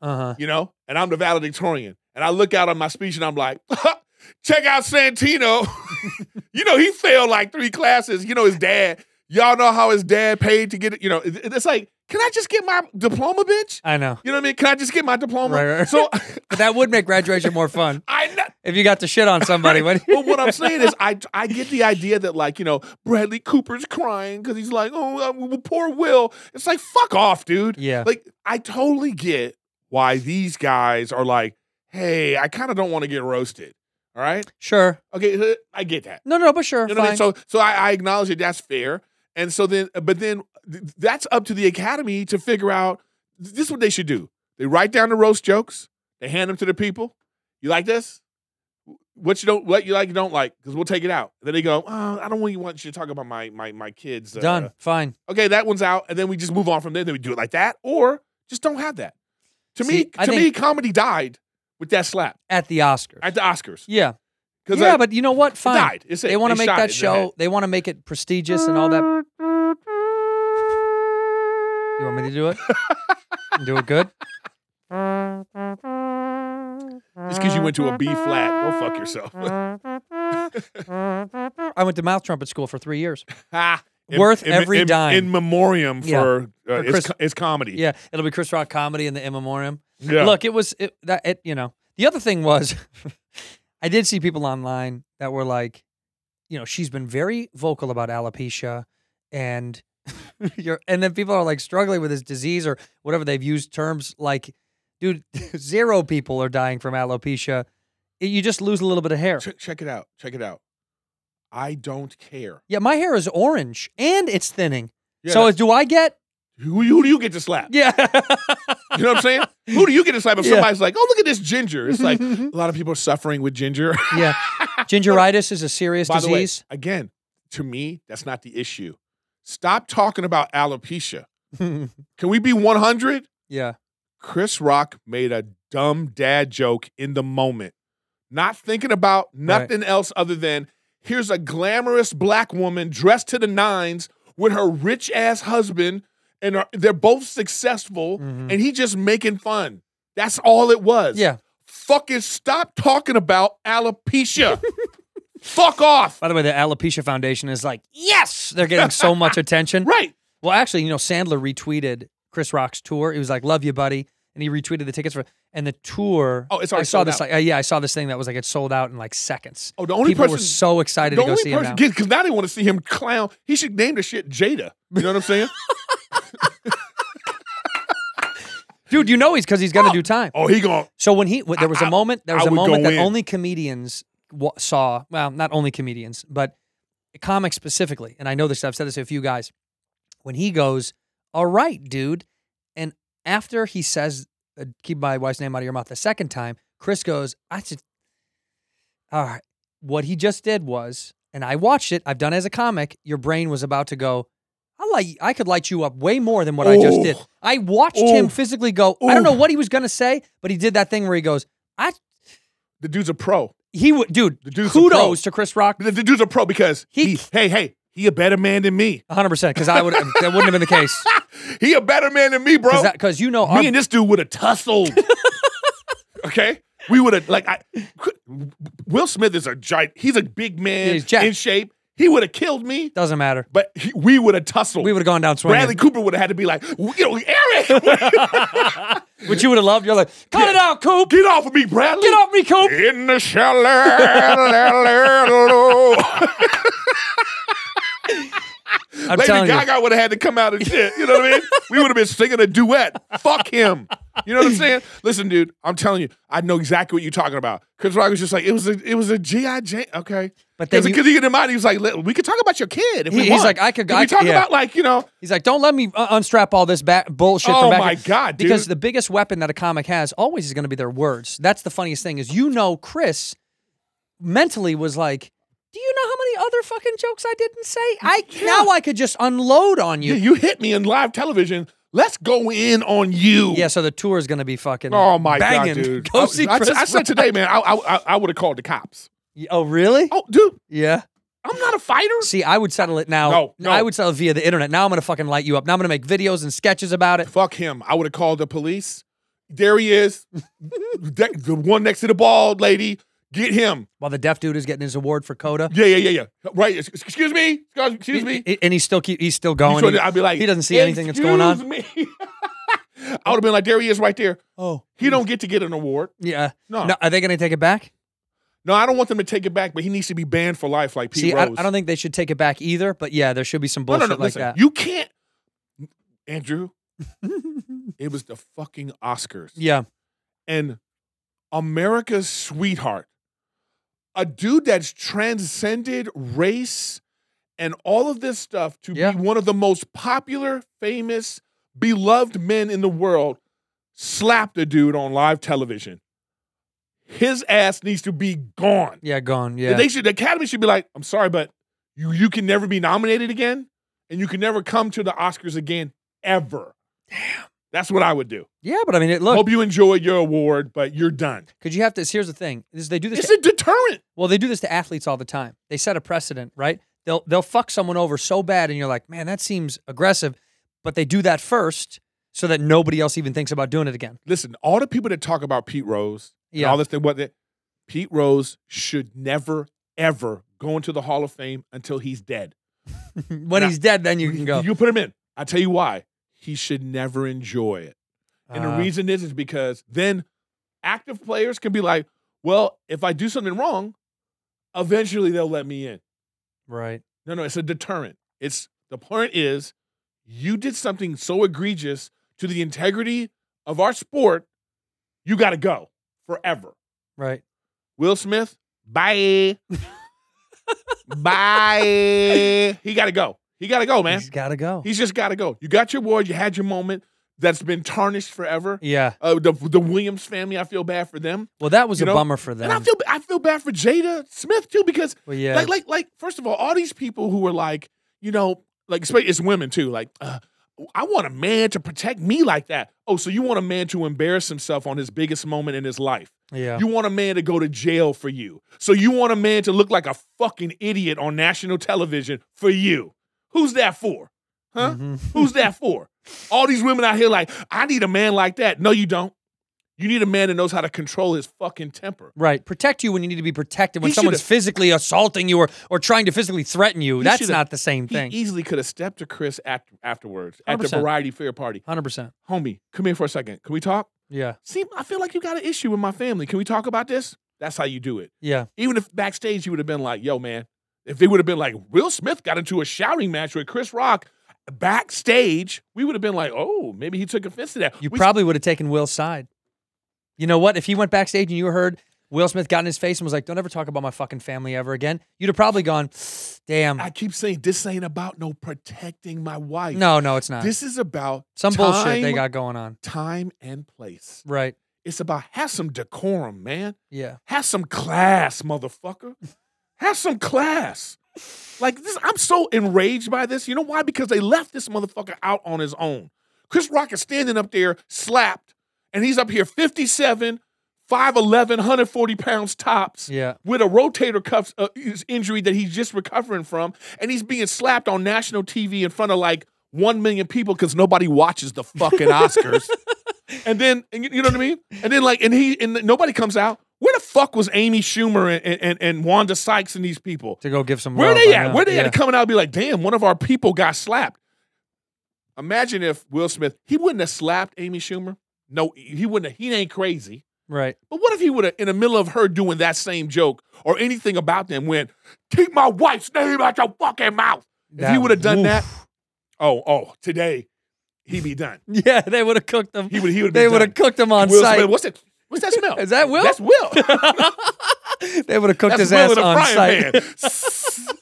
[SPEAKER 1] Uh huh.
[SPEAKER 9] you know, and I'm the valedictorian. And I look out on my speech and I'm like, check out Santino. you know, he failed like three classes. You know, his dad, y'all know how his dad paid to get it. You know, it- it's like, can I just get my diploma, bitch?
[SPEAKER 1] I know.
[SPEAKER 9] You know what I mean? Can I just get my diploma?
[SPEAKER 1] Right, right.
[SPEAKER 9] So
[SPEAKER 1] But that would make graduation more fun
[SPEAKER 9] I know.
[SPEAKER 1] if you got to shit on somebody. when-
[SPEAKER 9] But what I'm saying is, I I get the idea that like you know Bradley Cooper's crying because he's like, oh, uh, poor Will. It's like fuck off, dude.
[SPEAKER 1] Yeah.
[SPEAKER 9] Like I totally get why these guys are like, hey, I kind of don't want to get roasted. All right.
[SPEAKER 1] Sure.
[SPEAKER 9] Okay, uh, I get that.
[SPEAKER 1] No, no, but sure.
[SPEAKER 9] You know what I mean?
[SPEAKER 1] fine.
[SPEAKER 9] So so I, I acknowledge that that's fair. And so then, but then th- that's up to the academy to figure out. This is what they should do. They write down the roast jokes. They hand them to the people. You like this? What you don't, what you like, you don't like, because we'll take it out. Then they go, oh, I don't really want you to talk about my my my kids. uh,
[SPEAKER 1] Done. Fine.
[SPEAKER 9] Okay, that one's out, and then we just move on from there. Then we do it like that, or just don't have that. To
[SPEAKER 1] See,
[SPEAKER 9] me,
[SPEAKER 1] I
[SPEAKER 9] to me,
[SPEAKER 1] think-
[SPEAKER 9] comedy died with that slap
[SPEAKER 1] At the Oscars.
[SPEAKER 9] at the Oscars.
[SPEAKER 1] yeah.
[SPEAKER 9] 'Cause,
[SPEAKER 1] Yeah,
[SPEAKER 9] like,
[SPEAKER 1] but you know what? Fine.
[SPEAKER 9] died. It's it.
[SPEAKER 1] They want to
[SPEAKER 9] They
[SPEAKER 1] make
[SPEAKER 9] shot
[SPEAKER 1] that
[SPEAKER 9] it in the head.
[SPEAKER 1] show. They want to make it prestigious and all that. You want me to do it? do it good?
[SPEAKER 9] just because you went to a B flat, go fuck yourself.
[SPEAKER 1] I went to mouth trumpet school for three years.
[SPEAKER 9] Ah,
[SPEAKER 1] Worth every dime.
[SPEAKER 9] in memoriam
[SPEAKER 1] Yeah.
[SPEAKER 9] for, uh,
[SPEAKER 1] Chris-
[SPEAKER 9] it's, co- it's comedy.
[SPEAKER 1] Yeah, it'll be Chris Rock comedy in the in memoriam.
[SPEAKER 9] Yeah.
[SPEAKER 1] Look, it was it, that it. You know, the other thing was, I did see people online that were like, you know, she's been very vocal about alopecia, and you're, and then people are like struggling with this disease or whatever they've used terms like, dude, zero people are dying from alopecia. It- you just lose a little bit of hair.
[SPEAKER 9] Check, check it out. Check it out. I don't care.
[SPEAKER 1] Yeah, my hair is orange and it's thinning.
[SPEAKER 9] Yeah,
[SPEAKER 1] so
[SPEAKER 9] that-
[SPEAKER 1] do I get?
[SPEAKER 9] Who, who do you get to slap?
[SPEAKER 1] Yeah.
[SPEAKER 9] You know what I'm saying? who do you get to slap if
[SPEAKER 1] Yeah.
[SPEAKER 9] somebody's like, oh, look at this ginger? It's like a lot of people are suffering with ginger.
[SPEAKER 1] yeah. Gingeritis is a serious
[SPEAKER 9] By
[SPEAKER 1] disease.
[SPEAKER 9] the way, again, to me, that's not the issue. Stop talking about alopecia. Can we be 100?
[SPEAKER 1] yeah.
[SPEAKER 9] Chris Rock made a dumb dad joke in the moment, not thinking about nothing else other than here's a glamorous black woman dressed to the nines with her rich ass husband, and her- they're both successful, and he just making fun. That's all it was.
[SPEAKER 1] Mm-hmm. Yeah.
[SPEAKER 9] Fucking stop talking about alopecia. Fuck off.
[SPEAKER 1] By the way, the Alopecia Foundation is like, yes, they're getting so much attention.
[SPEAKER 9] Right.
[SPEAKER 1] Well, actually, you know, Sandler retweeted Chris Rock's tour. He was like, "Love you, buddy," and he retweeted the tickets for and the tour.
[SPEAKER 9] Oh, it's
[SPEAKER 1] I
[SPEAKER 9] already
[SPEAKER 1] saw
[SPEAKER 9] sold
[SPEAKER 1] this
[SPEAKER 9] out.
[SPEAKER 1] like uh, yeah, I saw this thing that was like it sold out in like seconds.
[SPEAKER 9] Oh, the only
[SPEAKER 1] people were
[SPEAKER 9] person-
[SPEAKER 1] so excited to go see him now.
[SPEAKER 9] because now they want to see him clown. He should name the shit Jada. You know what I'm saying?
[SPEAKER 1] Dude, you know he's because he's gonna do time.
[SPEAKER 9] oh, he going.
[SPEAKER 1] So when he when- there was a
[SPEAKER 9] I-
[SPEAKER 1] moment there was
[SPEAKER 9] I
[SPEAKER 1] a
[SPEAKER 9] would go
[SPEAKER 1] moment that
[SPEAKER 9] in.
[SPEAKER 1] only comedians wa saw. Well, not only comedians, but comics specifically. And I know this. I've said this to a few guys. When he goes, "All right, dude," and after he says, uh, "Keep my wife's name out of your mouth," the second time, Chris goes, "I just all right." What he just did was, and I watched it. I've done it as a comic. Your brain was about to go. I like I could light you up way more than what I just did.
[SPEAKER 9] Oh.
[SPEAKER 1] I watched him
[SPEAKER 9] Oh.
[SPEAKER 1] physically go. I don't know
[SPEAKER 9] Oof.
[SPEAKER 1] what he was gonna say, but he did that thing where he goes, "I."
[SPEAKER 9] The dude's a pro.
[SPEAKER 1] He would, dude.
[SPEAKER 9] The dude's a
[SPEAKER 1] Kudos to
[SPEAKER 9] pro.
[SPEAKER 1] Chris Rock,
[SPEAKER 9] The, the dude's a pro because
[SPEAKER 1] He-
[SPEAKER 9] he, hey, hey, he a better man than me.
[SPEAKER 1] 100. percent Because I would, that wouldn't have been the case.
[SPEAKER 9] He a better man than me, bro.
[SPEAKER 1] Because you know, our,
[SPEAKER 9] me and this dude would have tussled. okay, we would have like I, Will Smith is a giant. He's a big man
[SPEAKER 1] He's jacked.
[SPEAKER 9] in shape. He would have killed me,
[SPEAKER 1] doesn't matter.
[SPEAKER 9] but he, we would have tussled.
[SPEAKER 1] We would have gone down swinging,
[SPEAKER 9] Bradley Cooper would have had to be like, you know, Eric,
[SPEAKER 1] which you would have loved. You're like, cut it out, Coop.
[SPEAKER 9] get off of me, Bradley.
[SPEAKER 1] Get off me, Coop.
[SPEAKER 9] In the shallow.
[SPEAKER 1] I'm
[SPEAKER 9] Lady
[SPEAKER 1] telling you.
[SPEAKER 9] Gaga would have had to come out and shit. You know what I mean? We would have been singing a duet. Fuck him. You know what I'm saying? Listen, dude, I'm telling you, I know exactly what you're talking about. Chris Rock was just like, it was a, it was a GI Jane. Okay,
[SPEAKER 1] But then
[SPEAKER 9] because
[SPEAKER 1] you-
[SPEAKER 9] because he in mind, he was like, "Let- we could talk about your kid. If
[SPEAKER 1] He-
[SPEAKER 9] we
[SPEAKER 1] he's
[SPEAKER 9] want.
[SPEAKER 1] like, I could-
[SPEAKER 9] Can
[SPEAKER 1] I
[SPEAKER 9] we
[SPEAKER 1] could-
[SPEAKER 9] talk
[SPEAKER 1] yeah.
[SPEAKER 9] about like you know,
[SPEAKER 1] He's like, don't let me uh, unstrap all this ba- bullshit.
[SPEAKER 9] Oh
[SPEAKER 1] from back
[SPEAKER 9] my God, dude.
[SPEAKER 1] Because the biggest weapon that a comic has always is going to be their words. That's the funniest thing is you know Chris mentally was like, do you know how many other fucking jokes I didn't say? I now I could just unload on you.
[SPEAKER 9] you, you hit me in live television. Let's go in on you.
[SPEAKER 1] Yeah, so the tour is going to be fucking.
[SPEAKER 9] Oh my
[SPEAKER 1] banging.
[SPEAKER 9] god, dude!
[SPEAKER 1] Go
[SPEAKER 9] I,
[SPEAKER 1] see
[SPEAKER 9] I-
[SPEAKER 1] Chris.
[SPEAKER 9] I said
[SPEAKER 1] Rock.
[SPEAKER 9] today, man, I I, I would have called the cops.
[SPEAKER 1] Oh really?
[SPEAKER 9] Oh, dude,
[SPEAKER 1] Yeah.
[SPEAKER 9] I'm not a fighter.
[SPEAKER 1] See, I would settle it now.
[SPEAKER 9] No, no.
[SPEAKER 1] I would settle it via the internet. Now I'm going to fucking light you up. Now I'm going to make videos and sketches about it.
[SPEAKER 9] Fuck him. I would have called the police. There he is. De- the one next to the bald lady. Get him.
[SPEAKER 1] While the deaf dude is getting his award for Coda.
[SPEAKER 9] Yeah, yeah, yeah, yeah. Right. Ex- Excuse me. Excuse- Excuse me.
[SPEAKER 1] I- And he's still keep, he's still
[SPEAKER 9] You
[SPEAKER 1] going.
[SPEAKER 9] sure
[SPEAKER 1] He-
[SPEAKER 9] did- I'd be like,
[SPEAKER 1] he doesn't see anything that's going on.
[SPEAKER 9] "Excuse me." I would have been like, there he is right there.
[SPEAKER 1] Oh,
[SPEAKER 9] He don't get to get an award.
[SPEAKER 1] yeah.
[SPEAKER 9] No.
[SPEAKER 1] Are they going to take it back?
[SPEAKER 9] No, I don't want them to take it back, but he needs to be banned for life like Pete
[SPEAKER 1] See, I,
[SPEAKER 9] Rose.
[SPEAKER 1] I don't think they should take it back either. But yeah, there should be some bullshit like
[SPEAKER 9] listen,
[SPEAKER 1] that.
[SPEAKER 9] You can't Andrew. it was the fucking Oscars.
[SPEAKER 1] yeah,
[SPEAKER 9] and America's sweetheart, a dude that's transcended race and all of this stuff to
[SPEAKER 1] Yeah.
[SPEAKER 9] be one of the most popular, famous, beloved men in the world, slapped a dude on live television. His ass needs to be gone.
[SPEAKER 1] yeah, gone. Yeah,
[SPEAKER 9] They should, the Academy should be like, I'm sorry, but you you can never be nominated again, and you can never come to the Oscars again ever. Damn. That's what I would do.
[SPEAKER 1] yeah. But I mean, it, look,
[SPEAKER 9] Hope you enjoy your award, but you're done.
[SPEAKER 1] because you have to. Here's the thing: is they do this.
[SPEAKER 9] It's
[SPEAKER 1] to-
[SPEAKER 9] a deterrent.
[SPEAKER 1] well, they do this to athletes all the time. They set a precedent, right? They'll they'll fuck someone over so bad, and you're like, man, that seems aggressive. But they do that first, so that nobody else even thinks about doing it again.
[SPEAKER 9] Listen, all the people that talk about Pete Rose
[SPEAKER 1] Yeah.
[SPEAKER 9] and all this thing, what they, Pete Rose should never ever go into the Hall of Fame until he's dead.
[SPEAKER 1] when
[SPEAKER 9] Nah.
[SPEAKER 1] he's dead, then you can go.
[SPEAKER 9] You put him in. I tell you why. He should never enjoy it. And
[SPEAKER 1] Uh,
[SPEAKER 9] the reason is is because then active players can be like, well, if I do something wrong, eventually they'll let me in.
[SPEAKER 1] right?
[SPEAKER 9] No, no, it's a deterrent. It's the point is you did something so egregious to the integrity of our sport, you gotta go forever.
[SPEAKER 1] Right.
[SPEAKER 9] Will Smith, bye. bye. He gotta go. He gotta go, man.
[SPEAKER 1] He's got to go.
[SPEAKER 9] He's just gotta go. You got your award, you had your moment that's been tarnished forever.
[SPEAKER 1] yeah.
[SPEAKER 9] Uh, the, the Williams family, I feel bad for them.
[SPEAKER 1] Well, that was
[SPEAKER 9] You
[SPEAKER 1] a
[SPEAKER 9] know,
[SPEAKER 1] bummer for them.
[SPEAKER 9] And I feel I feel bad for Jada Smith too because
[SPEAKER 1] well, yeah.
[SPEAKER 9] like, like, like. First of all, all these people who were like, you know, like espe- it's women too. Like, uh, I want a man to protect me like that. Oh, so you want a man to embarrass himself on his biggest moment in his life?
[SPEAKER 1] yeah.
[SPEAKER 9] You want a man to go to jail for you? So you want a man to look like a fucking idiot on national television for you? Who's that for? Huh?
[SPEAKER 1] Mhm.
[SPEAKER 9] Who's that for? All these women out here like, I need a man like that. No, you don't. You need a man that knows how to control his fucking temper.
[SPEAKER 1] Right. Protect you when you need to be protected. When
[SPEAKER 9] He
[SPEAKER 1] someone's
[SPEAKER 9] should've-
[SPEAKER 1] physically assaulting you or, or trying to physically threaten you,
[SPEAKER 9] He
[SPEAKER 1] that's
[SPEAKER 9] should've-
[SPEAKER 1] not the same thing.
[SPEAKER 9] He easily could have stepped to Chris at, afterwards at the
[SPEAKER 1] 100%.
[SPEAKER 9] variety fair party.
[SPEAKER 1] 100%.
[SPEAKER 9] Homie, come here for a second. Can we talk?
[SPEAKER 1] Yeah.
[SPEAKER 9] See, I feel like you got an issue with my family. Can we talk about this? That's how you do it.
[SPEAKER 1] Yeah.
[SPEAKER 9] Even if backstage you would have been like, yo, man, if it would have been like Will Smith got into a shouting match with Chris Rock backstage, we would have been like, oh, maybe he took offense to that.
[SPEAKER 1] You
[SPEAKER 9] We-
[SPEAKER 1] probably would have taken Will's side. You know what? If he went backstage and you heard Will Smith got in his face and was like, don't ever talk about my fucking family ever again, you'd have probably gone, damn.
[SPEAKER 9] I keep saying this ain't about no protecting my wife.
[SPEAKER 1] no, no, it's not.
[SPEAKER 9] This is about
[SPEAKER 1] Some bullshit they
[SPEAKER 9] time-
[SPEAKER 1] got going on.
[SPEAKER 9] time and place.
[SPEAKER 1] Right.
[SPEAKER 9] It's about have some decorum, man.
[SPEAKER 1] Yeah.
[SPEAKER 9] Have some class, motherfucker. Have some class. Like this, I'm so enraged by this. You know why? Because they left this motherfucker out on his own. Chris Rock is standing up there, slapped, and he's up here 57, 5'11, 140 pounds tops
[SPEAKER 1] Yeah.
[SPEAKER 9] with a rotator cuff uh, is- injury that he's just recovering from, and he's being slapped on national TV in front of like one million people because nobody watches the fucking Oscars. and then, and you, you know what I mean? And then, like, and he and nobody comes out. Where the fuck was Amy Schumer and and, and Wanda Sykes and these people?
[SPEAKER 1] To go give some
[SPEAKER 9] Where
[SPEAKER 1] love,
[SPEAKER 9] they
[SPEAKER 1] I
[SPEAKER 9] at?
[SPEAKER 1] know.
[SPEAKER 9] Where they
[SPEAKER 1] Yeah.
[SPEAKER 9] at? Coming out and be like, damn, one of our people got slapped. Imagine if Will Smith, he wouldn't have slapped Amy Schumer. No, he wouldn't. Have, he ain't crazy.
[SPEAKER 1] Right.
[SPEAKER 9] But what if he would have, in the middle of her doing that same joke or anything about them, went, keep my wife's name out your fucking mouth? If he would have done that, oh, oh, today he'd be done.
[SPEAKER 1] yeah, they would have cooked them.
[SPEAKER 9] He would, he would.
[SPEAKER 1] They would have cooked him on
[SPEAKER 9] Will
[SPEAKER 1] site.
[SPEAKER 9] Smith, what's that? What's that smell?
[SPEAKER 1] Is that Will?
[SPEAKER 9] That's Will.
[SPEAKER 1] they would have cooked his
[SPEAKER 9] That's Will
[SPEAKER 1] ass
[SPEAKER 9] in a
[SPEAKER 1] on
[SPEAKER 9] frying
[SPEAKER 1] site.
[SPEAKER 9] pan.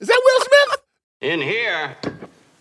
[SPEAKER 9] Is that Will Smith?
[SPEAKER 2] In here,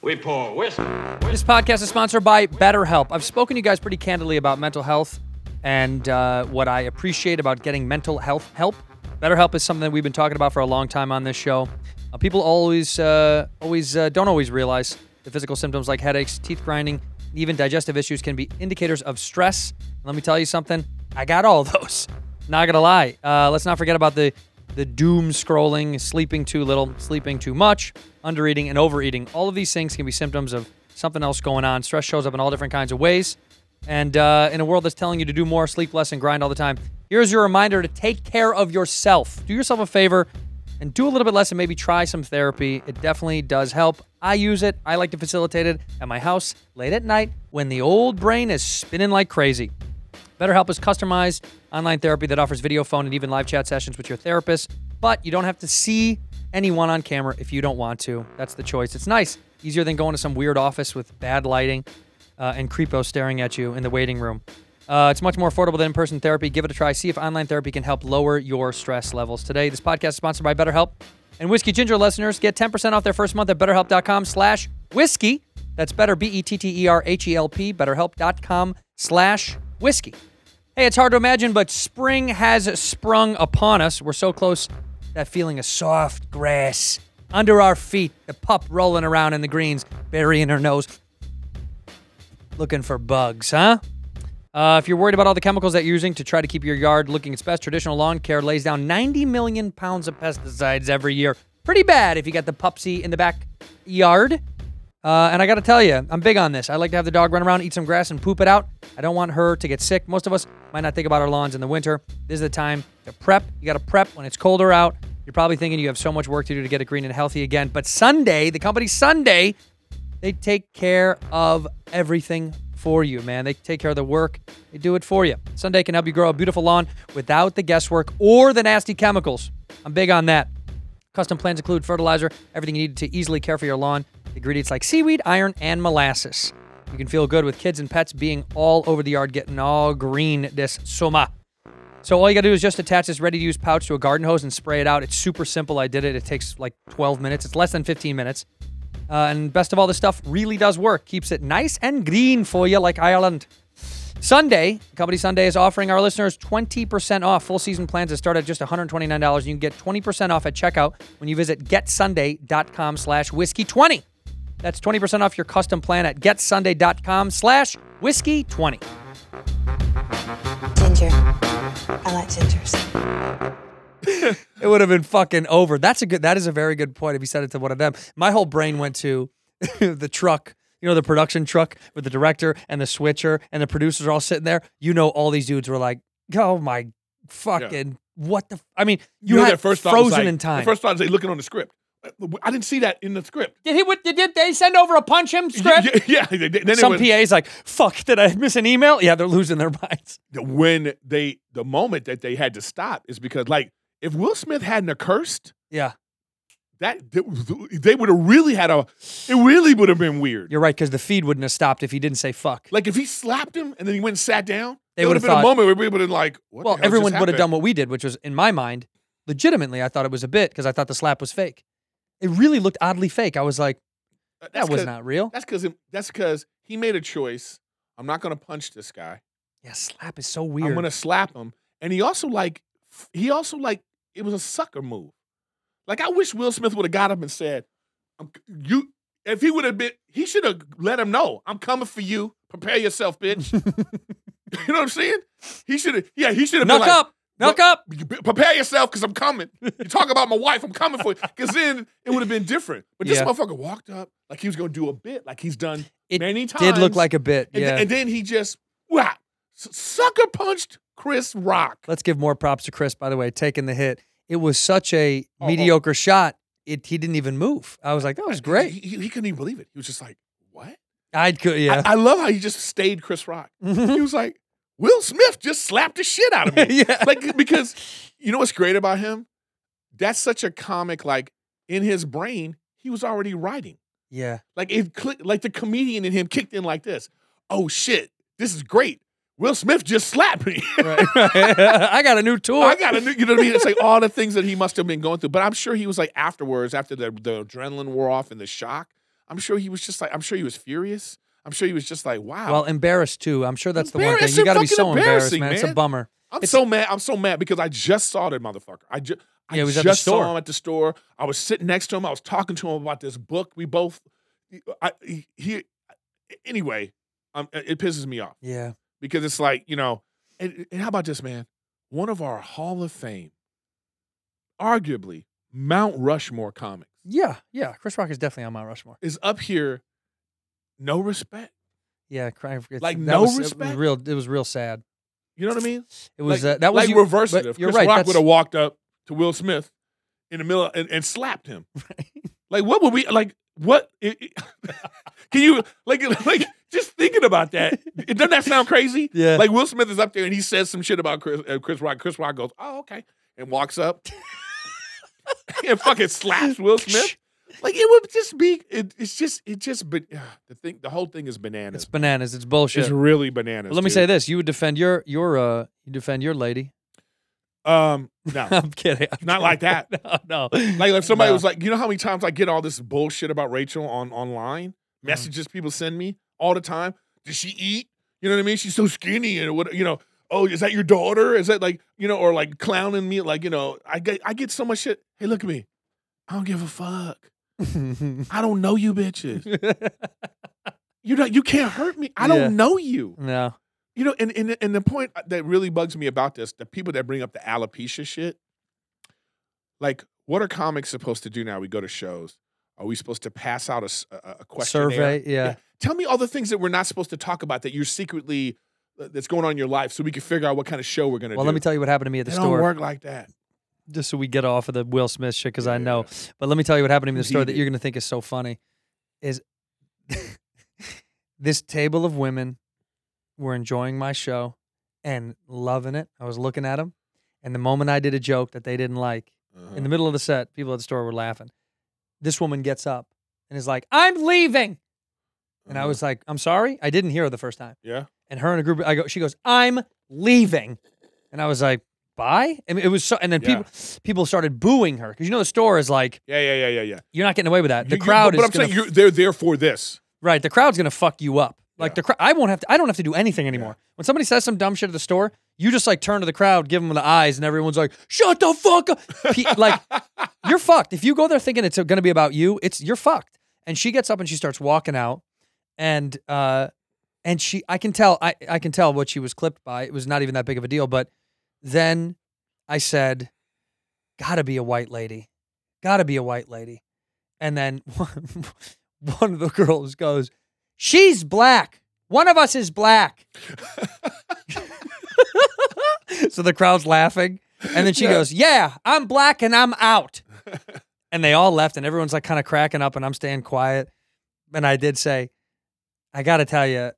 [SPEAKER 2] we pour whiskey.
[SPEAKER 1] This podcast is sponsored by BetterHelp. I've spoken to you guys pretty candidly about mental health and uh, what I appreciate about getting mental health help. BetterHelp is something that we've been talking about for a long time on this show. Uh, people always, uh, always uh, don't always realize the physical symptoms like headaches, teeth grinding, even digestive issues can be indicators of stress. Let me tell you something. I got all those. Not gonna lie. Uh, let's not forget about the the doom scrolling, sleeping too little, sleeping too much, undereating, and overeating. All of these things can be symptoms of something else going on. Stress shows up in all different kinds of ways. And uh, in a world that's telling you to do more, sleep less, and grind all the time, here's your reminder to take care of yourself. Do yourself a favor and do a little bit less and maybe try some therapy. It definitely does help. I use it. I like to facilitate it at my house late at night when the old brain is spinning like crazy. BetterHelp is customized online therapy that offers video, phone, and even live chat sessions with your therapist. But you don't have to see anyone on camera if you don't want to. That's the choice. It's nice, easier than going to some weird office with bad lighting uh, and creepos staring at you in the waiting room. Uh, it's much more affordable than in-person therapy. Give it a try. See if online therapy can help lower your stress levels. Today, this podcast is sponsored by BetterHelp. And Whiskey Ginger listeners get 10% off their first month at betterhelp.com slash whiskey. That's better, E B-E-T-T-E-R-H-E-L-P, betterhelp.com slash whiskey. Hey, it's hard to imagine, but spring has sprung upon us. We're so close to that feeling of soft grass under our feet, the pup rolling around in the greens, burying her nose, looking for bugs, huh? Uh, if you're worried about all the chemicals that you're using to try to keep your yard looking its best, traditional lawn care lays down 90 million pounds of pesticides every year. Pretty bad if you got the pupsy in the backyard. Uh, and I got to tell you, I'm big on this. I like to have the dog run around, eat some grass, and poop it out. I don't want her to get sick. Most of us might not think about our lawns in the winter. This is the time to prep. You got to prep when it's colder out. You're probably thinking you have so much work to do to get it green and healthy again. But Sunday, the company Sunday, they take care of everything for you, man. They take care of the work, they do it for you. Sunday can help you grow a beautiful lawn without the guesswork or the nasty chemicals. I'm big on that. Custom plans include fertilizer, everything you need to easily care for your lawn, ingredients like seaweed, iron, and molasses. You can feel good with kids and pets being all over the yard getting all green this summer. So all you gotta do is just attach this ready-to-use pouch to a garden hose and spray it out. It's super simple. I did it. It takes like 12 minutes. It's less than 15 minutes. Uh, and best of all, this stuff really does work. Keeps it nice and green for you, like Ireland. Sunday, Company Sunday is offering our listeners 20% off. Full season plans that start at just $129. You can get 20% off at checkout when you visit getsunday.com slash whiskey20. That's 20% off your custom plan at getsunday.com slash whiskey20.
[SPEAKER 8] Ginger. I like gingers.
[SPEAKER 1] It would have been fucking over. That's a good. That is a very good point. If you said it to one of them, my whole brain went to the truck. You know, the production truck with the director and the switcher and the producers are all sitting there. You know, all these dudes were like, "Oh my fucking what the." F-? I mean, you,
[SPEAKER 9] know
[SPEAKER 1] had
[SPEAKER 9] that first thought was
[SPEAKER 1] frozen
[SPEAKER 9] like-
[SPEAKER 1] in time.
[SPEAKER 9] The first thought is like looking on the script. I didn't see that in the script.
[SPEAKER 1] did he? What, did they send over a punch him script?
[SPEAKER 9] Yeah, yeah, yeah. Then it
[SPEAKER 1] Some
[SPEAKER 9] was-
[SPEAKER 1] PA's like, "Fuck, did I miss an email?" Yeah, they're losing their minds.
[SPEAKER 9] when they the moment that they had to stop is because like if Will Smith hadn't have cursed,
[SPEAKER 1] Yeah,
[SPEAKER 9] that they would have really had a it really would have been weird.
[SPEAKER 1] you're right because the feed wouldn't have stopped if he didn't say "fuck."
[SPEAKER 9] Like if he slapped him and then he went and sat down,
[SPEAKER 1] They
[SPEAKER 9] there would
[SPEAKER 1] would've
[SPEAKER 9] have been a
[SPEAKER 1] thought-
[SPEAKER 9] moment where we would have been like, what
[SPEAKER 1] well,
[SPEAKER 9] the hell
[SPEAKER 1] everyone
[SPEAKER 9] just
[SPEAKER 1] would have done
[SPEAKER 9] happened?
[SPEAKER 1] what we did, which was in my mind, legitimately, I thought it was a bit because I thought the slap was fake. It really looked oddly fake. I was like,
[SPEAKER 9] That's
[SPEAKER 1] that was
[SPEAKER 9] 'cause-
[SPEAKER 1] not real.
[SPEAKER 9] That's because that's because he made a choice. I'm not going to punch this guy.
[SPEAKER 1] Yeah, slap is so weird.
[SPEAKER 9] I'm gonna slap him. And he also like f- he also like it was a sucker move. Like I wish Will Smith would have got up and said, I'm, c- "You." If he would have been, he should have let him know, "I'm coming for you. Prepare yourself, bitch." you know what I'm saying? He should have. Yeah, he should have.
[SPEAKER 1] Knock
[SPEAKER 9] been like,
[SPEAKER 1] up, knock
[SPEAKER 9] "Look,
[SPEAKER 1] up.
[SPEAKER 9] you be- Prepare yourself, because I'm coming. You talk about my wife, I'm coming for you. Because then it would have been different. But this
[SPEAKER 1] Yeah.
[SPEAKER 9] motherfucker walked up like he was gonna do a bit, like he's done
[SPEAKER 1] It
[SPEAKER 9] many times.
[SPEAKER 1] Did look like a bit.
[SPEAKER 9] And,
[SPEAKER 1] yeah.
[SPEAKER 9] th- and then he just wow, sucker punched Chris Rock.
[SPEAKER 1] Let's give more props to Chris, by the way, taking the hit. It was such a
[SPEAKER 9] Oh, oh.
[SPEAKER 1] mediocre shot. It he didn't even move. I was like, that was great.
[SPEAKER 9] He, he, he couldn't even believe it. He was just like, "What?"
[SPEAKER 1] I could yeah.
[SPEAKER 9] I, I love how he just stayed Chris Rock. he was like, "Will Smith just slapped the shit out of me."
[SPEAKER 1] Yeah.
[SPEAKER 9] Like because you know what's great about him? That's such a comic. Like in his brain, he was already writing.
[SPEAKER 1] Yeah.
[SPEAKER 9] Like it clicked, like the comedian in him kicked in like this. Oh shit, this is great. Will Smith just slapped me.
[SPEAKER 1] Right. right. I got a new tool.
[SPEAKER 9] I got to, you know what I mean? It's like all the things that he must have been going through. But I'm sure he was like afterwards, after the, the adrenaline wore off and the shock, I'm sure he was just like, I'm sure he was furious. I'm sure he was just like, wow.
[SPEAKER 1] Well, embarrassed too. I'm sure that's the one thing.
[SPEAKER 9] Embarrassing,
[SPEAKER 1] You got to be so
[SPEAKER 9] fucking
[SPEAKER 1] embarrassed,
[SPEAKER 9] embarrassing,
[SPEAKER 1] man. It's a
[SPEAKER 9] man.
[SPEAKER 1] bummer.
[SPEAKER 9] I'm
[SPEAKER 1] it's-
[SPEAKER 9] so mad. I'm so mad because I just saw that motherfucker. I just. I
[SPEAKER 1] Yeah, he was at
[SPEAKER 9] just
[SPEAKER 1] the store.
[SPEAKER 9] saw him at the store. I was sitting next to him. I was talking to him about this book. We both, I he, he anyway, um, it pisses me off.
[SPEAKER 1] Yeah.
[SPEAKER 9] because it's like you know and, and how about this man one of our hall of fame arguably mount rushmore comics
[SPEAKER 1] Yeah. Yeah. Chris Rock is definitely on Mount Rushmore.
[SPEAKER 9] is up here no respect
[SPEAKER 1] Yeah. cry- it's-
[SPEAKER 9] Like,
[SPEAKER 1] that
[SPEAKER 9] no
[SPEAKER 1] was, It was
[SPEAKER 9] respect?
[SPEAKER 1] real. It was real sad.
[SPEAKER 9] you know what i mean
[SPEAKER 1] It was
[SPEAKER 9] like,
[SPEAKER 1] uh, that was
[SPEAKER 9] like
[SPEAKER 1] you-
[SPEAKER 9] reverse
[SPEAKER 1] but
[SPEAKER 9] it if
[SPEAKER 1] You're
[SPEAKER 9] chris
[SPEAKER 1] right.
[SPEAKER 9] rock
[SPEAKER 1] that's-
[SPEAKER 9] would have walked up to will smith in the middle and, and slapped him like what would we like what it- it- can you like like just thinking about that it doesn't that sound crazy
[SPEAKER 1] Yeah.
[SPEAKER 9] like will smith is up there and he says some shit about chris, uh, chris rock chris rock goes oh okay and walks up and fucking slaps will smith like it would just be it, it's just it just but the thing the whole thing is
[SPEAKER 1] It's
[SPEAKER 9] bananas
[SPEAKER 1] bananas. It's
[SPEAKER 9] it's
[SPEAKER 1] bullshit.
[SPEAKER 9] really bananas
[SPEAKER 1] But let me
[SPEAKER 9] dude.
[SPEAKER 1] say this: you would defend your your uh you defend your lady.
[SPEAKER 9] um no
[SPEAKER 1] I'm kidding. I'm
[SPEAKER 9] not like that
[SPEAKER 1] kidding. No, no.
[SPEAKER 9] Like if somebody
[SPEAKER 1] No.
[SPEAKER 9] was like, you know how many times I get all this bullshit about Rachel on online messages people send me all the time. Does she eat? You know what I mean? She's so skinny and what you know. Oh, is that your daughter? Is that like you know, or like clowning me? Like you know, I get I get so much shit. Hey, look at me. I don't give a fuck. I don't know you, bitches. You know you can't hurt me. I don't
[SPEAKER 1] Yeah.
[SPEAKER 9] know you.
[SPEAKER 1] no.
[SPEAKER 9] You know, and, and and the point that really bugs me about this, the people that bring up the alopecia shit, like what are comics supposed to do now? We go to shows. Are we supposed to pass out a s- a, a- a questionnaire?
[SPEAKER 1] Survey. Yeah.
[SPEAKER 9] Tell me all the things that we're not supposed to talk about that you're secretly uh, that's going on in your life, so we can figure out what kind of show we're gonna
[SPEAKER 1] Well,
[SPEAKER 9] do.
[SPEAKER 1] let me tell you what happened to me at
[SPEAKER 9] It
[SPEAKER 1] the
[SPEAKER 9] don't
[SPEAKER 1] store.
[SPEAKER 9] work like that.
[SPEAKER 1] just so we get off of the Will Smith shit because I know.
[SPEAKER 9] Yeah.
[SPEAKER 1] But let me tell you what happened to me in the store that
[SPEAKER 9] Indeed.
[SPEAKER 1] you're gonna think is so funny is this table of women were enjoying my show and loving it. I was looking at them, and the moment I did a joke that they didn't like
[SPEAKER 9] Uh-huh.
[SPEAKER 1] in the middle of the set, people at the store were laughing. This woman gets up and is like, "I'm leaving," and I
[SPEAKER 9] Uh-huh.
[SPEAKER 1] was like, "I'm sorry, I didn't hear her the first time."
[SPEAKER 9] Yeah.
[SPEAKER 1] and her and a group I go she goes I'm leaving and I was like bye I mean it was so and then
[SPEAKER 9] Yeah.
[SPEAKER 1] people people started booing her cuz you know the store is like
[SPEAKER 9] Yeah, yeah, yeah, yeah, yeah.
[SPEAKER 1] you're not getting away with that the
[SPEAKER 9] You- you-
[SPEAKER 1] crowd
[SPEAKER 9] but,
[SPEAKER 1] is
[SPEAKER 9] I'm saying
[SPEAKER 1] gonna-
[SPEAKER 9] you're, they're there for this.
[SPEAKER 1] right the crowd's going to fuck you up like
[SPEAKER 9] Yeah.
[SPEAKER 1] the crowd I won't have to I don't have to do anything anymore when somebody says some dumb shit at the store you just like turn to the crowd give them the eyes and everyone's like shut the fuck up Pe- like you're fucked if you go there thinking it's going to be about you it's you're fucked and she gets up and she starts walking out and uh and she i can tell i i can tell what she was clipped by it was not even that big of a deal but then i said gotta be a white lady gotta be a white lady and then one, one of the girls goes she's black one of us is black so the crowd's laughing and then she goes yeah i'm black and i'm out and they all left and everyone's like kind of cracking up and i'm staying quiet and i did say I got to tell you,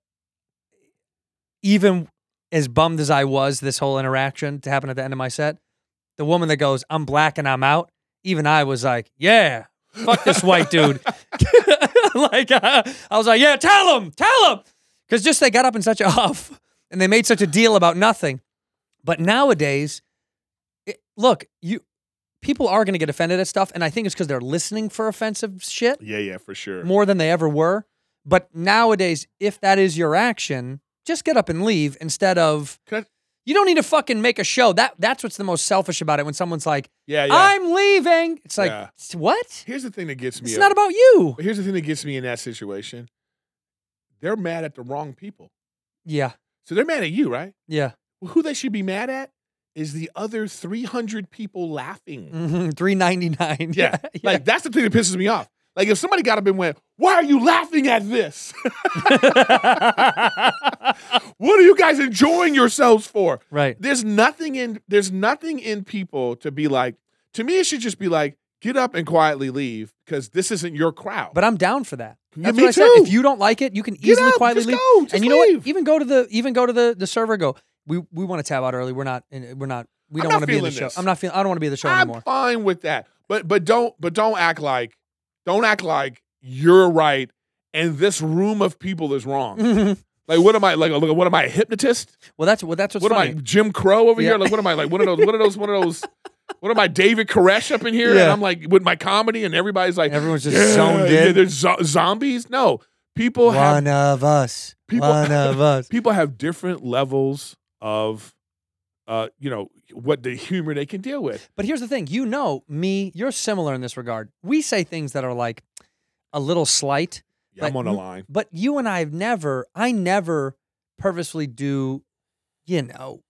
[SPEAKER 1] even as bummed as I was, this whole interaction to happen at the end of my set, the woman that goes, I'm black and I'm out, even I was like, yeah, fuck this white dude. like, uh, I was like, yeah, tell him, tell him. Because just they got up in such a huff and they made such a deal about nothing. But nowadays, it, look, you people are going to get offended at stuff. And I think it's because they're listening for offensive shit
[SPEAKER 9] Yeah, yeah, for sure.
[SPEAKER 1] more than they ever were. But nowadays, if that is your action, just get up and leave instead of
[SPEAKER 9] Can I-
[SPEAKER 1] you don't need to fucking make a show. That that's what's the most selfish about it when someone's like,
[SPEAKER 9] yeah, yeah.
[SPEAKER 1] I'm leaving. It's like
[SPEAKER 9] Yeah.
[SPEAKER 1] "S- what?
[SPEAKER 9] Here's the thing that gets me.
[SPEAKER 1] It's
[SPEAKER 9] up.
[SPEAKER 1] not about you.
[SPEAKER 9] But here's the thing that gets me in that situation. They're mad at the wrong people.
[SPEAKER 1] Yeah.
[SPEAKER 9] So they're mad at you, right?
[SPEAKER 1] Yeah.
[SPEAKER 9] Well, who they should be mad at is the other 300 people laughing.
[SPEAKER 1] hmm 399.
[SPEAKER 9] Yeah.
[SPEAKER 1] yeah.
[SPEAKER 9] Like, that's the thing that pisses me off. Like, if somebody got up and went, Why are you laughing at this? what are you guys enjoying yourselves for?
[SPEAKER 1] right.
[SPEAKER 9] There's nothing in there's nothing in people to be like, to me, it should just be like, get up and quietly leave, because this isn't your crowd.
[SPEAKER 1] But I'm down for that.
[SPEAKER 9] Yeah,
[SPEAKER 1] That's
[SPEAKER 9] me
[SPEAKER 1] what I said.
[SPEAKER 9] too.
[SPEAKER 1] If you don't like it, you can
[SPEAKER 9] Get
[SPEAKER 1] easily
[SPEAKER 9] up,
[SPEAKER 1] quietly
[SPEAKER 9] just
[SPEAKER 1] leave.
[SPEAKER 9] go, just
[SPEAKER 1] and you know
[SPEAKER 9] leave.
[SPEAKER 1] what? Even go to the even go to the the server. Go. We we want to tab out early. We're not. in- We're not. We
[SPEAKER 9] I'm
[SPEAKER 1] don't
[SPEAKER 9] not
[SPEAKER 1] want to be in the
[SPEAKER 9] feeling
[SPEAKER 1] show.
[SPEAKER 9] this.
[SPEAKER 1] I'm not feeling. I don't want to be in the show
[SPEAKER 9] I'm
[SPEAKER 1] anymore.
[SPEAKER 9] fine with that. But but don't but don't act like don't act like you're right, and this room of people is wrong.
[SPEAKER 1] Mm-hmm.
[SPEAKER 9] like, what am I? Like, look, what am I? A hypnotist?
[SPEAKER 1] Well, that's well, that's what's
[SPEAKER 9] what
[SPEAKER 1] funny.
[SPEAKER 9] am I? Jim Crow over
[SPEAKER 1] Yeah.
[SPEAKER 9] here? Like, what am I? Like, one of those? One of those? One of those? What am I? David Koresh up in here? And
[SPEAKER 1] Yeah.
[SPEAKER 9] I'm like with my comedy, and everybody's like,
[SPEAKER 1] Everyone's just
[SPEAKER 9] yeah,
[SPEAKER 1] zoned
[SPEAKER 9] yeah,
[SPEAKER 1] in.
[SPEAKER 9] there's zo- zombies. No, people have
[SPEAKER 1] One of us.
[SPEAKER 9] People-
[SPEAKER 1] one of us.
[SPEAKER 9] people have different levels of uh you know what the humor they can deal with
[SPEAKER 1] But here's the thing. You know me. You're similar in this regard. We say things that are like a little slight.
[SPEAKER 9] Yeah, i'm
[SPEAKER 1] But
[SPEAKER 9] on the
[SPEAKER 1] you-
[SPEAKER 9] line
[SPEAKER 1] But you and I have never, I never purposefully do, you know,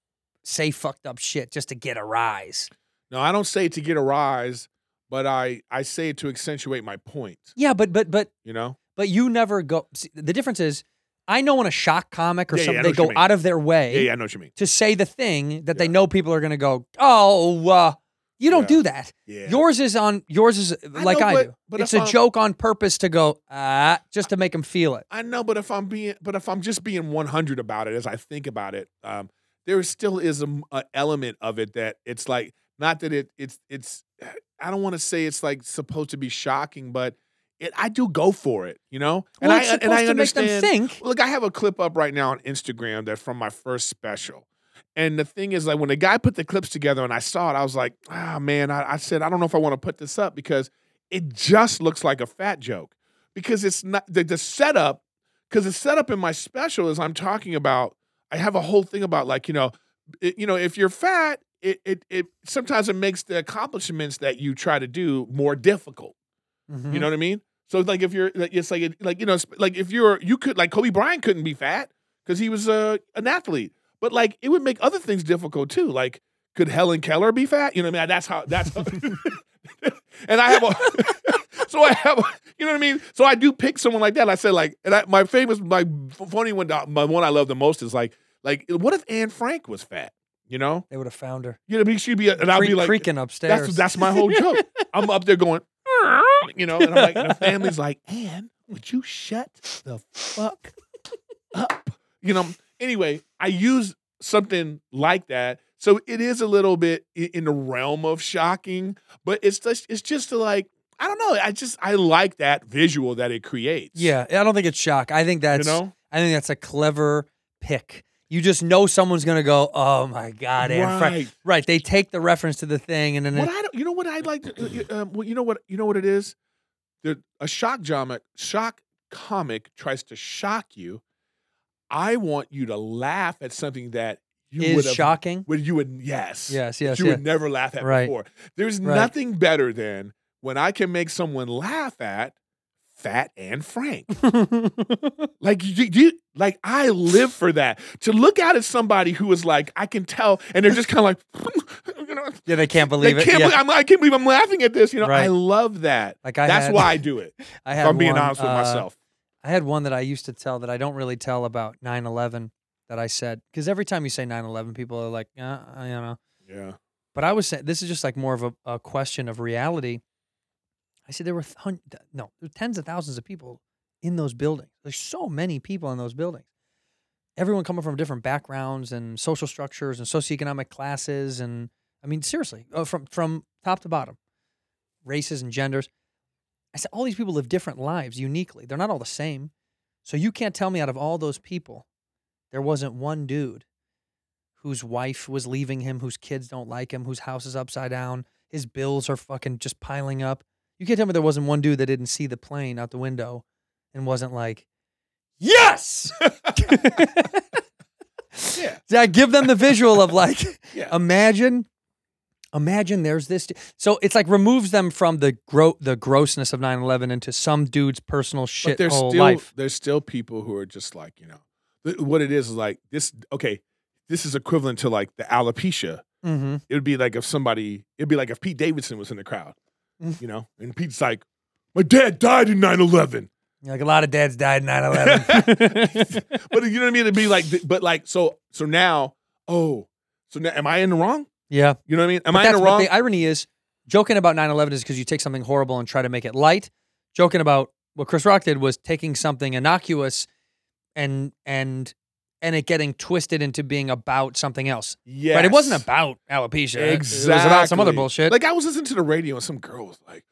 [SPEAKER 1] say fucked up shit just to get a rise.
[SPEAKER 9] no i don't say it to get a rise but i i say it to accentuate my point
[SPEAKER 1] Yeah, but but but
[SPEAKER 9] you know
[SPEAKER 1] but you never go. See, the difference is, I know when a shock comic or
[SPEAKER 9] Yeah, yeah, I
[SPEAKER 1] something,
[SPEAKER 9] know
[SPEAKER 1] they
[SPEAKER 9] what you
[SPEAKER 1] go
[SPEAKER 9] mean.
[SPEAKER 1] out of their way
[SPEAKER 9] yeah yeah i know what you mean
[SPEAKER 1] to say the thing that they
[SPEAKER 9] Yeah.
[SPEAKER 1] know people are going to go, oh, uh, you don't
[SPEAKER 9] Yeah.
[SPEAKER 1] do that.
[SPEAKER 9] yeah
[SPEAKER 1] Yours is on. Yours is like
[SPEAKER 9] know,
[SPEAKER 1] I
[SPEAKER 9] but-
[SPEAKER 1] do.
[SPEAKER 9] but
[SPEAKER 1] it's
[SPEAKER 9] if
[SPEAKER 1] a
[SPEAKER 9] I'm-
[SPEAKER 1] joke on purpose to go ah, just to make them feel it.
[SPEAKER 9] i know but if i'm being but if i'm just being 100 about it as i think about it um there still is a, m- a element of it that it's like not that it it's it's i don't want to say it's like supposed to be shocking but it, i do go for it you know and
[SPEAKER 1] well,
[SPEAKER 9] i
[SPEAKER 1] it's
[SPEAKER 9] and
[SPEAKER 1] supposed to
[SPEAKER 9] i
[SPEAKER 1] make
[SPEAKER 9] understand
[SPEAKER 1] them think.
[SPEAKER 9] Look, I have a clip up right now on Instagram that's from my first special. And the thing is, like, when the guy put the clips together and I saw it, I was like, ah, man, I, I said, I don't know if I want to put this up because it just looks like a fat joke. Because it's not the, the setup, because the setup in my special is I'm talking about, I have a whole thing about, like, you know, it, you know, if you're fat, it, it, it sometimes it makes the accomplishments that you try to do more difficult.
[SPEAKER 1] Mm-hmm.
[SPEAKER 9] You know what I mean? So like if you're like it's like it- like you know sp- like if you're you could like Kobe Bryant couldn't be fat because he was uh, an athlete, but like it would make other things difficult too. Like could Helen Keller be fat? You know what I mean? That's how that's. How, and I have a. So I have, a- you know what I mean. So I do pick someone like that. I said like, and I, my famous, my f- funny one, that- my one I love the most is like, like, what if Anne Frank was fat? You know,
[SPEAKER 1] They would have found her.
[SPEAKER 9] you know, what I mean? she'd be, and I'll be
[SPEAKER 1] Creak-
[SPEAKER 9] like,
[SPEAKER 1] creaking upstairs.
[SPEAKER 9] that's that's my whole joke. I'm up there going, you know, and I'm like, and the family's like, Ann, would you shut the fuck up? You know. Anyway, I use something like that, so it is a little bit i- in the realm of shocking, but it's just it's just to like I don't know. I just I like that visual that it creates.
[SPEAKER 1] yeah, I don't think it's shock. I think
[SPEAKER 9] you
[SPEAKER 1] that's.
[SPEAKER 9] know.
[SPEAKER 1] I think that's a clever pick. You just know someone's gonna go, oh my god, Anne Frank.
[SPEAKER 9] Right.
[SPEAKER 1] Right. They take the reference to the thing, and then
[SPEAKER 9] What
[SPEAKER 1] it-
[SPEAKER 9] I don't, you know what I'd like to, uh, um, well, you know what you know what it is. There, a shock comic, shock comic tries to shock you. I want you to laugh at something that you would
[SPEAKER 1] is
[SPEAKER 9] have,
[SPEAKER 1] shocking.
[SPEAKER 9] Would you would yes,
[SPEAKER 1] Yes,
[SPEAKER 9] that
[SPEAKER 1] yes,
[SPEAKER 9] you
[SPEAKER 1] yes.
[SPEAKER 9] would never laugh at
[SPEAKER 1] Right.
[SPEAKER 9] before. There's
[SPEAKER 1] Right.
[SPEAKER 9] nothing better than when I can make someone laugh at Fat and Frank. Like you, you like I live for that. To look out at somebody who is like, I can tell, and they're just kind of like, you know,
[SPEAKER 1] yeah, they can't believe
[SPEAKER 9] they
[SPEAKER 1] it.
[SPEAKER 9] can't
[SPEAKER 1] Yeah.
[SPEAKER 9] believe, I'm, I can't believe I'm laughing at this. You know,
[SPEAKER 1] Right.
[SPEAKER 9] I love that.
[SPEAKER 1] Like I
[SPEAKER 9] That's
[SPEAKER 1] had-
[SPEAKER 9] why I do it. if
[SPEAKER 1] I had
[SPEAKER 9] I'm being
[SPEAKER 1] one,
[SPEAKER 9] honest with
[SPEAKER 1] uh,
[SPEAKER 9] myself.
[SPEAKER 1] I had one that I used to tell that I don't really tell about 9/11 that I said because every time you say 9/11, people are like, uh, I don't know.
[SPEAKER 9] Yeah.
[SPEAKER 1] But I was saying this is just like more of a, a question of reality. I said there were thun- th- no there were tens of thousands of people in those buildings. There's so many people in those buildings. Everyone coming from different backgrounds and social structures and socioeconomic classes, and I mean seriously, uh, from from top to bottom, races and genders. I said all these people live different lives uniquely. They're not all the same, so you can't tell me out of all those people, there wasn't one dude whose wife was leaving him, whose kids don't like him, whose house is upside down, his bills are fucking just piling up. You can't tell me there wasn't one dude that didn't see the plane out the window and wasn't like, yes.
[SPEAKER 9] Yeah.
[SPEAKER 1] Did I give them the visual of like,
[SPEAKER 9] Yeah.
[SPEAKER 1] imagine, imagine there's this. d- So it's like removes them from the gro- the grossness of 9-11 into some dude's personal
[SPEAKER 9] But
[SPEAKER 1] shit
[SPEAKER 9] there's
[SPEAKER 1] whole
[SPEAKER 9] still
[SPEAKER 1] life.
[SPEAKER 9] there's still people who are just like you know th- what it is is like this. Okay, this is equivalent to like the alopecia.
[SPEAKER 1] Mm-hmm.
[SPEAKER 9] It would be like if somebody. It'd be like if Pete Davidson was in the crowd, you know, and Pete's like, "My dad died in 9/11."
[SPEAKER 1] Like a lot of dads died in 9-11.
[SPEAKER 9] But you know what I mean? It'd be like, th- but like, so so now, oh, so now, am I in the wrong?
[SPEAKER 1] yeah.
[SPEAKER 9] You know what I mean? Am
[SPEAKER 1] But
[SPEAKER 9] I in
[SPEAKER 1] that's-
[SPEAKER 9] the
[SPEAKER 1] but
[SPEAKER 9] wrong?
[SPEAKER 1] The irony is, joking about 9/11 is because you take something horrible and try to make it light. Joking about what Chris Rock did was taking something innocuous and and and it getting twisted into being about something else.
[SPEAKER 9] yeah,
[SPEAKER 1] Right? It wasn't about alopecia.
[SPEAKER 9] Exactly.
[SPEAKER 1] It was about some other bullshit.
[SPEAKER 9] Like I was listening to the radio and some girl was like,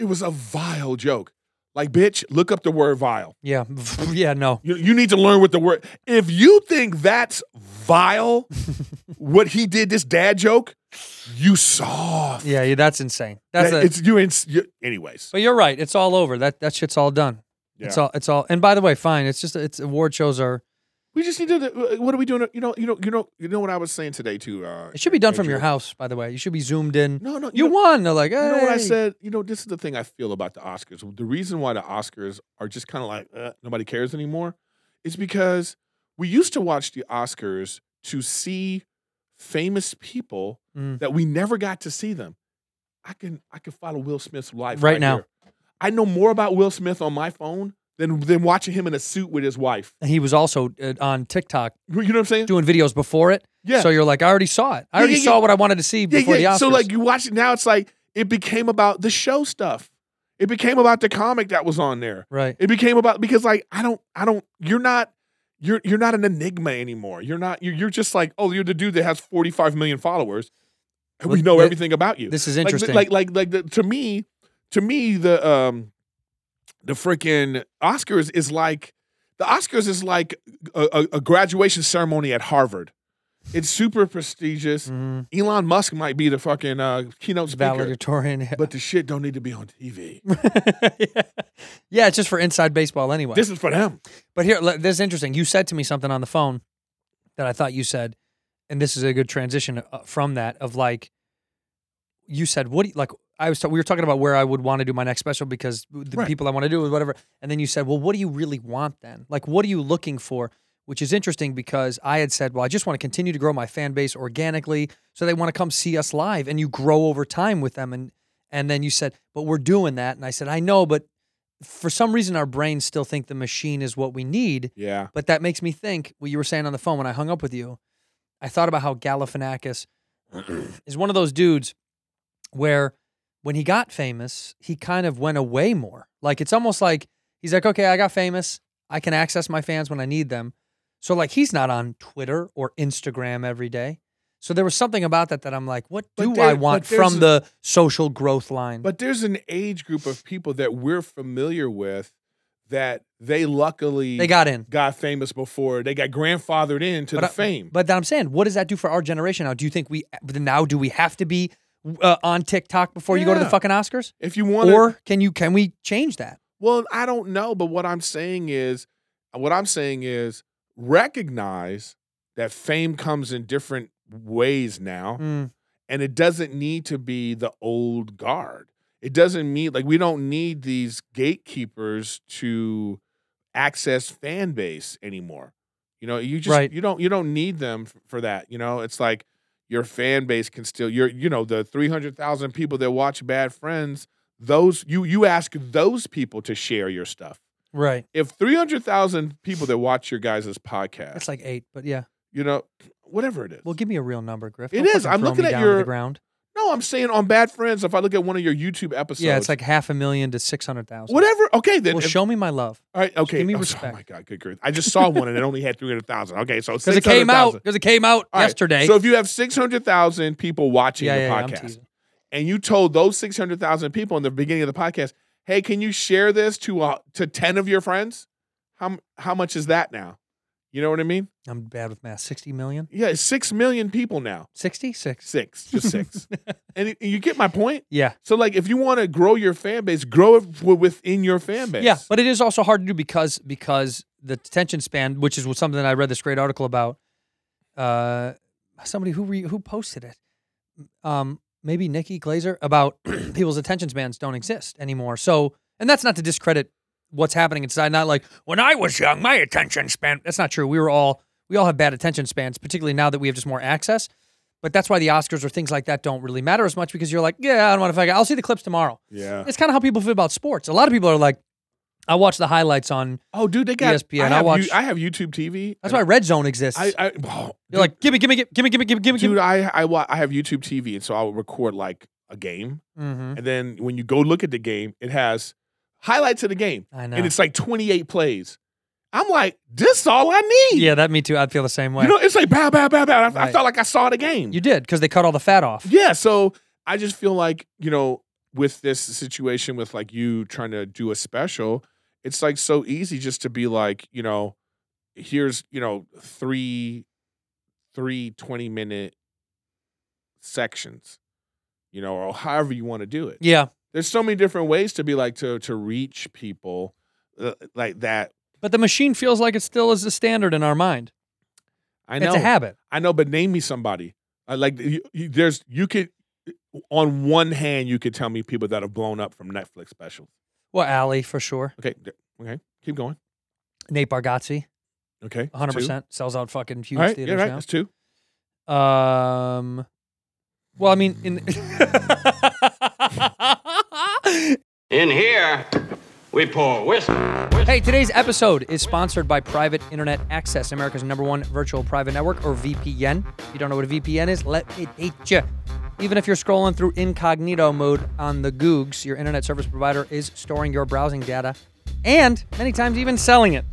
[SPEAKER 9] "It was a vile joke." Like, bitch, look up the word vile.
[SPEAKER 1] Yeah. yeah, no.
[SPEAKER 9] You, you need to learn what the word. If you think that's vile, what he did, this dad joke, you soft.
[SPEAKER 1] Yeah, yeah that's insane. That's
[SPEAKER 9] That-
[SPEAKER 1] a,
[SPEAKER 9] it's you. Ins- you anyways,
[SPEAKER 1] But you're right. It's all over. That that shit's all done. It's
[SPEAKER 9] Yeah.
[SPEAKER 1] all it's all. And by the way, fine. It's just it's award shows are.
[SPEAKER 9] we just need to. uh, What are we doing? You know, you know, you know, you know what I was saying today too. Uh,
[SPEAKER 1] It should be done from your
[SPEAKER 9] Andrew?
[SPEAKER 1] house. By the way, you should be zoomed in.
[SPEAKER 9] No, no,
[SPEAKER 1] you
[SPEAKER 9] know-
[SPEAKER 1] won. They're like, hey.
[SPEAKER 9] You know what I said? You know, this is the thing I feel about the Oscars. The reason why the Oscars are just kind of like uh, nobody cares anymore is because we used to watch the Oscars to see famous people
[SPEAKER 1] Mm.
[SPEAKER 9] that we never got to see them. I can I can follow Will Smith's life
[SPEAKER 1] Right now.
[SPEAKER 9] here. I know more about Will Smith on my phone than than watching him in a suit with his wife.
[SPEAKER 1] And He was also uh, on TikTok
[SPEAKER 9] You know what I'm saying?
[SPEAKER 1] doing videos before it.
[SPEAKER 9] Yeah.
[SPEAKER 1] So you're like, I already saw it. I
[SPEAKER 9] Yeah,
[SPEAKER 1] already
[SPEAKER 9] yeah,
[SPEAKER 1] saw
[SPEAKER 9] yeah.
[SPEAKER 1] what I wanted to see before the Oscars.
[SPEAKER 9] So like you watch it now, it's like it became about the show stuff. It became about the comic that was on there.
[SPEAKER 1] right.
[SPEAKER 9] It became about because like I don't I don't you're not you're you're not an enigma anymore. You're not you're, you're just like oh you're the dude that has 45 million followers. And we
[SPEAKER 1] Well,
[SPEAKER 9] know
[SPEAKER 1] thi-
[SPEAKER 9] everything about you.
[SPEAKER 1] This is
[SPEAKER 9] Like,
[SPEAKER 1] interesting.
[SPEAKER 9] Like like like, the, to me to me the um the freaking Oscars is like the Oscars is like a, a- a graduation ceremony at Harvard. It's super prestigious.
[SPEAKER 1] Mhm.
[SPEAKER 9] Elon Musk might be the fucking uh, keynote speaker,
[SPEAKER 1] Valedictorian.
[SPEAKER 9] but the shit don't need to be on TV.
[SPEAKER 1] yeah. yeah, it's just for inside baseball anyway.
[SPEAKER 9] this is for them.
[SPEAKER 1] But here, le- this is interesting. You said to me something on the phone that I thought you said, and this is a good transition uh, from that of like, you said, what do you, like, I was, ta- we were talking about where I would want to do my next special because the
[SPEAKER 9] Right.
[SPEAKER 1] people I want to do is whatever. And then you said, well, what do you really want then? Like, what are you looking for? Which is interesting because I had said, well, I just want to continue to grow my fan base organically. So they want to come see us live and you grow over time with them. And, and then you said, but we're doing that. And I said, I know, but for some reason our brains still think the machine is what we need
[SPEAKER 9] Yeah.
[SPEAKER 1] but that makes me think what you were saying on the phone when i hung up with you i thought about how galifianakis is one of those dudes where when he got famous he kind of went away more like it's almost like he's like okay i got famous i can access my fans when i need them so like he's not on twitter or instagram every day so there was something about that that i'm like what
[SPEAKER 9] But
[SPEAKER 1] do
[SPEAKER 9] there-
[SPEAKER 1] i want
[SPEAKER 9] but there's
[SPEAKER 1] from
[SPEAKER 9] a-
[SPEAKER 1] the social growth line
[SPEAKER 9] But there's an age group of people that we're familiar with that they luckily
[SPEAKER 1] they got in
[SPEAKER 9] got famous before. They got grandfathered into the
[SPEAKER 1] I-
[SPEAKER 9] fame.
[SPEAKER 1] But that I'm saying, what does that do for our generation now? Do you think we now do we have to be uh, on TikTok before you go to the
[SPEAKER 9] Yeah.
[SPEAKER 1] fucking Oscars,
[SPEAKER 9] if you want to
[SPEAKER 1] or can you can we change that?
[SPEAKER 9] Well, I don't know, but what I'm saying is what I'm saying is recognize that fame comes in different ways now.
[SPEAKER 1] Mm,
[SPEAKER 9] and it doesn't need to be the old guard. It doesn't mean like we don't need these gatekeepers to access fan base anymore. You know, you just
[SPEAKER 1] Right.
[SPEAKER 9] you don't you don't need them f- for that. You know, it's like your fan base can still your you know the three hundred thousand people that watch Bad Friends. Those you you ask those people to share your stuff.
[SPEAKER 1] right.
[SPEAKER 9] If three hundred thousand people that watch your guys' podcast,
[SPEAKER 1] That's like eight, but yeah.
[SPEAKER 9] you know, whatever it is.
[SPEAKER 1] Well, give me a real number, Griff.
[SPEAKER 9] It
[SPEAKER 1] Don't
[SPEAKER 9] is.
[SPEAKER 1] fucking
[SPEAKER 9] I'm
[SPEAKER 1] throw
[SPEAKER 9] looking
[SPEAKER 1] me
[SPEAKER 9] at
[SPEAKER 1] down to the
[SPEAKER 9] your
[SPEAKER 1] ground.
[SPEAKER 9] no, I'm saying on Bad Friends, if I look at one of your YouTube episodes,
[SPEAKER 1] yeah, it's like half a million to six hundred thousand.
[SPEAKER 9] Whatever. Okay, then.
[SPEAKER 1] Well,
[SPEAKER 9] if-
[SPEAKER 1] show me my love
[SPEAKER 9] all right. Okay.
[SPEAKER 1] give me
[SPEAKER 9] Oh,
[SPEAKER 1] respect.
[SPEAKER 9] Oh my God. Good grief. I just saw one and it only had three hundred thousand. Okay, so
[SPEAKER 1] because
[SPEAKER 9] six
[SPEAKER 1] it came out because it came out yesterday.
[SPEAKER 9] So if you have six hundred thousand people watching
[SPEAKER 1] yeah,
[SPEAKER 9] your
[SPEAKER 1] yeah, yeah, I'm
[SPEAKER 9] podcast,
[SPEAKER 1] teasing.
[SPEAKER 9] and you told those six hundred thousand people in the beginning of the podcast, "Hey, can you share this to uh, to ten of your friends?" How m- how much is that now? You know what I mean?
[SPEAKER 1] I'm bad with math. Sixty million.
[SPEAKER 9] Yeah, it's six million people now.
[SPEAKER 1] Sixty six.
[SPEAKER 9] Six, just six. and you- you get my point.
[SPEAKER 1] Yeah.
[SPEAKER 9] So, like, if you want to grow your fan base, grow it w- within your fan base.
[SPEAKER 1] Yeah, but it is also hard to do because because the attention span, which is something that I read this great article about. Uh, somebody who re, who posted it, um, maybe Nikki Glazer about people's attention spans don't exist anymore. So, and that's not to discredit what's happening inside. Not like when I was young, my attention span. That's not true. We were all we all have bad attention spans, particularly now that we have just more access. But that's why the Oscars or things like that don't really matter as much because you're like, yeah, I don't want to. fuck it. I'll see the clips tomorrow.
[SPEAKER 9] yeah.
[SPEAKER 1] It's kind of how people feel about sports. A lot of people are like, I watch the highlights on.
[SPEAKER 9] Oh, dude, they got
[SPEAKER 1] ESPN.
[SPEAKER 9] I
[SPEAKER 1] I
[SPEAKER 9] have,
[SPEAKER 1] watch-
[SPEAKER 9] you- I have YouTube TV.
[SPEAKER 1] That's why Red Zone exists.
[SPEAKER 9] I, I oh,
[SPEAKER 1] You're like, give me, give me, give me, give me, give me, give me.
[SPEAKER 9] dude, I, I wa- I have YouTube TV, and so I would record like a game,
[SPEAKER 1] mm-hmm.
[SPEAKER 9] and then when you go look at the game, it has highlights of the game,
[SPEAKER 1] I know.
[SPEAKER 9] and it's like twenty eight plays. I'm like, this is all I need.
[SPEAKER 1] yeah, that me too. I'd feel the same way.
[SPEAKER 9] you know, it's like bow, bow, bow, bow. I, I
[SPEAKER 1] Right.
[SPEAKER 9] felt like I saw the game.
[SPEAKER 1] You did because they cut all the fat off.
[SPEAKER 9] yeah, so I just feel like you know, with this situation with like you trying to do a special, it's like so easy just to be like, you know, here's, you know, three three 20 minute sections, you know, or however you want to do it
[SPEAKER 1] Yeah.
[SPEAKER 9] there's so many different ways to be like to to reach people uh, like that.
[SPEAKER 1] But the machine feels like it still is the standard in our mind.
[SPEAKER 9] I know,
[SPEAKER 1] It's a habit.
[SPEAKER 9] I know, but name me somebody. I like you, you, there's you could on one hand you could tell me people that have blown up from Netflix specials.
[SPEAKER 1] Well, Alley for sure.
[SPEAKER 9] Okay, th- okay, keep going.
[SPEAKER 1] Nate Bargatze,
[SPEAKER 9] Okay,
[SPEAKER 1] 100
[SPEAKER 9] Two.
[SPEAKER 1] percent sells out fucking huge
[SPEAKER 9] All right, yeah,
[SPEAKER 1] theaters
[SPEAKER 9] right. That's two.
[SPEAKER 1] now. Um, well, I mean,
[SPEAKER 9] Hmm.
[SPEAKER 1] in
[SPEAKER 2] In here, we pour whiskey. whiskey.
[SPEAKER 1] Hey, today's episode is sponsored by Private Internet Access, America's number one virtual private network, or VPN. If you don't know what a VPN is, let me teach you. Even if you're scrolling through incognito mode on the Googs, your internet service provider is storing your browsing data and many times even selling it.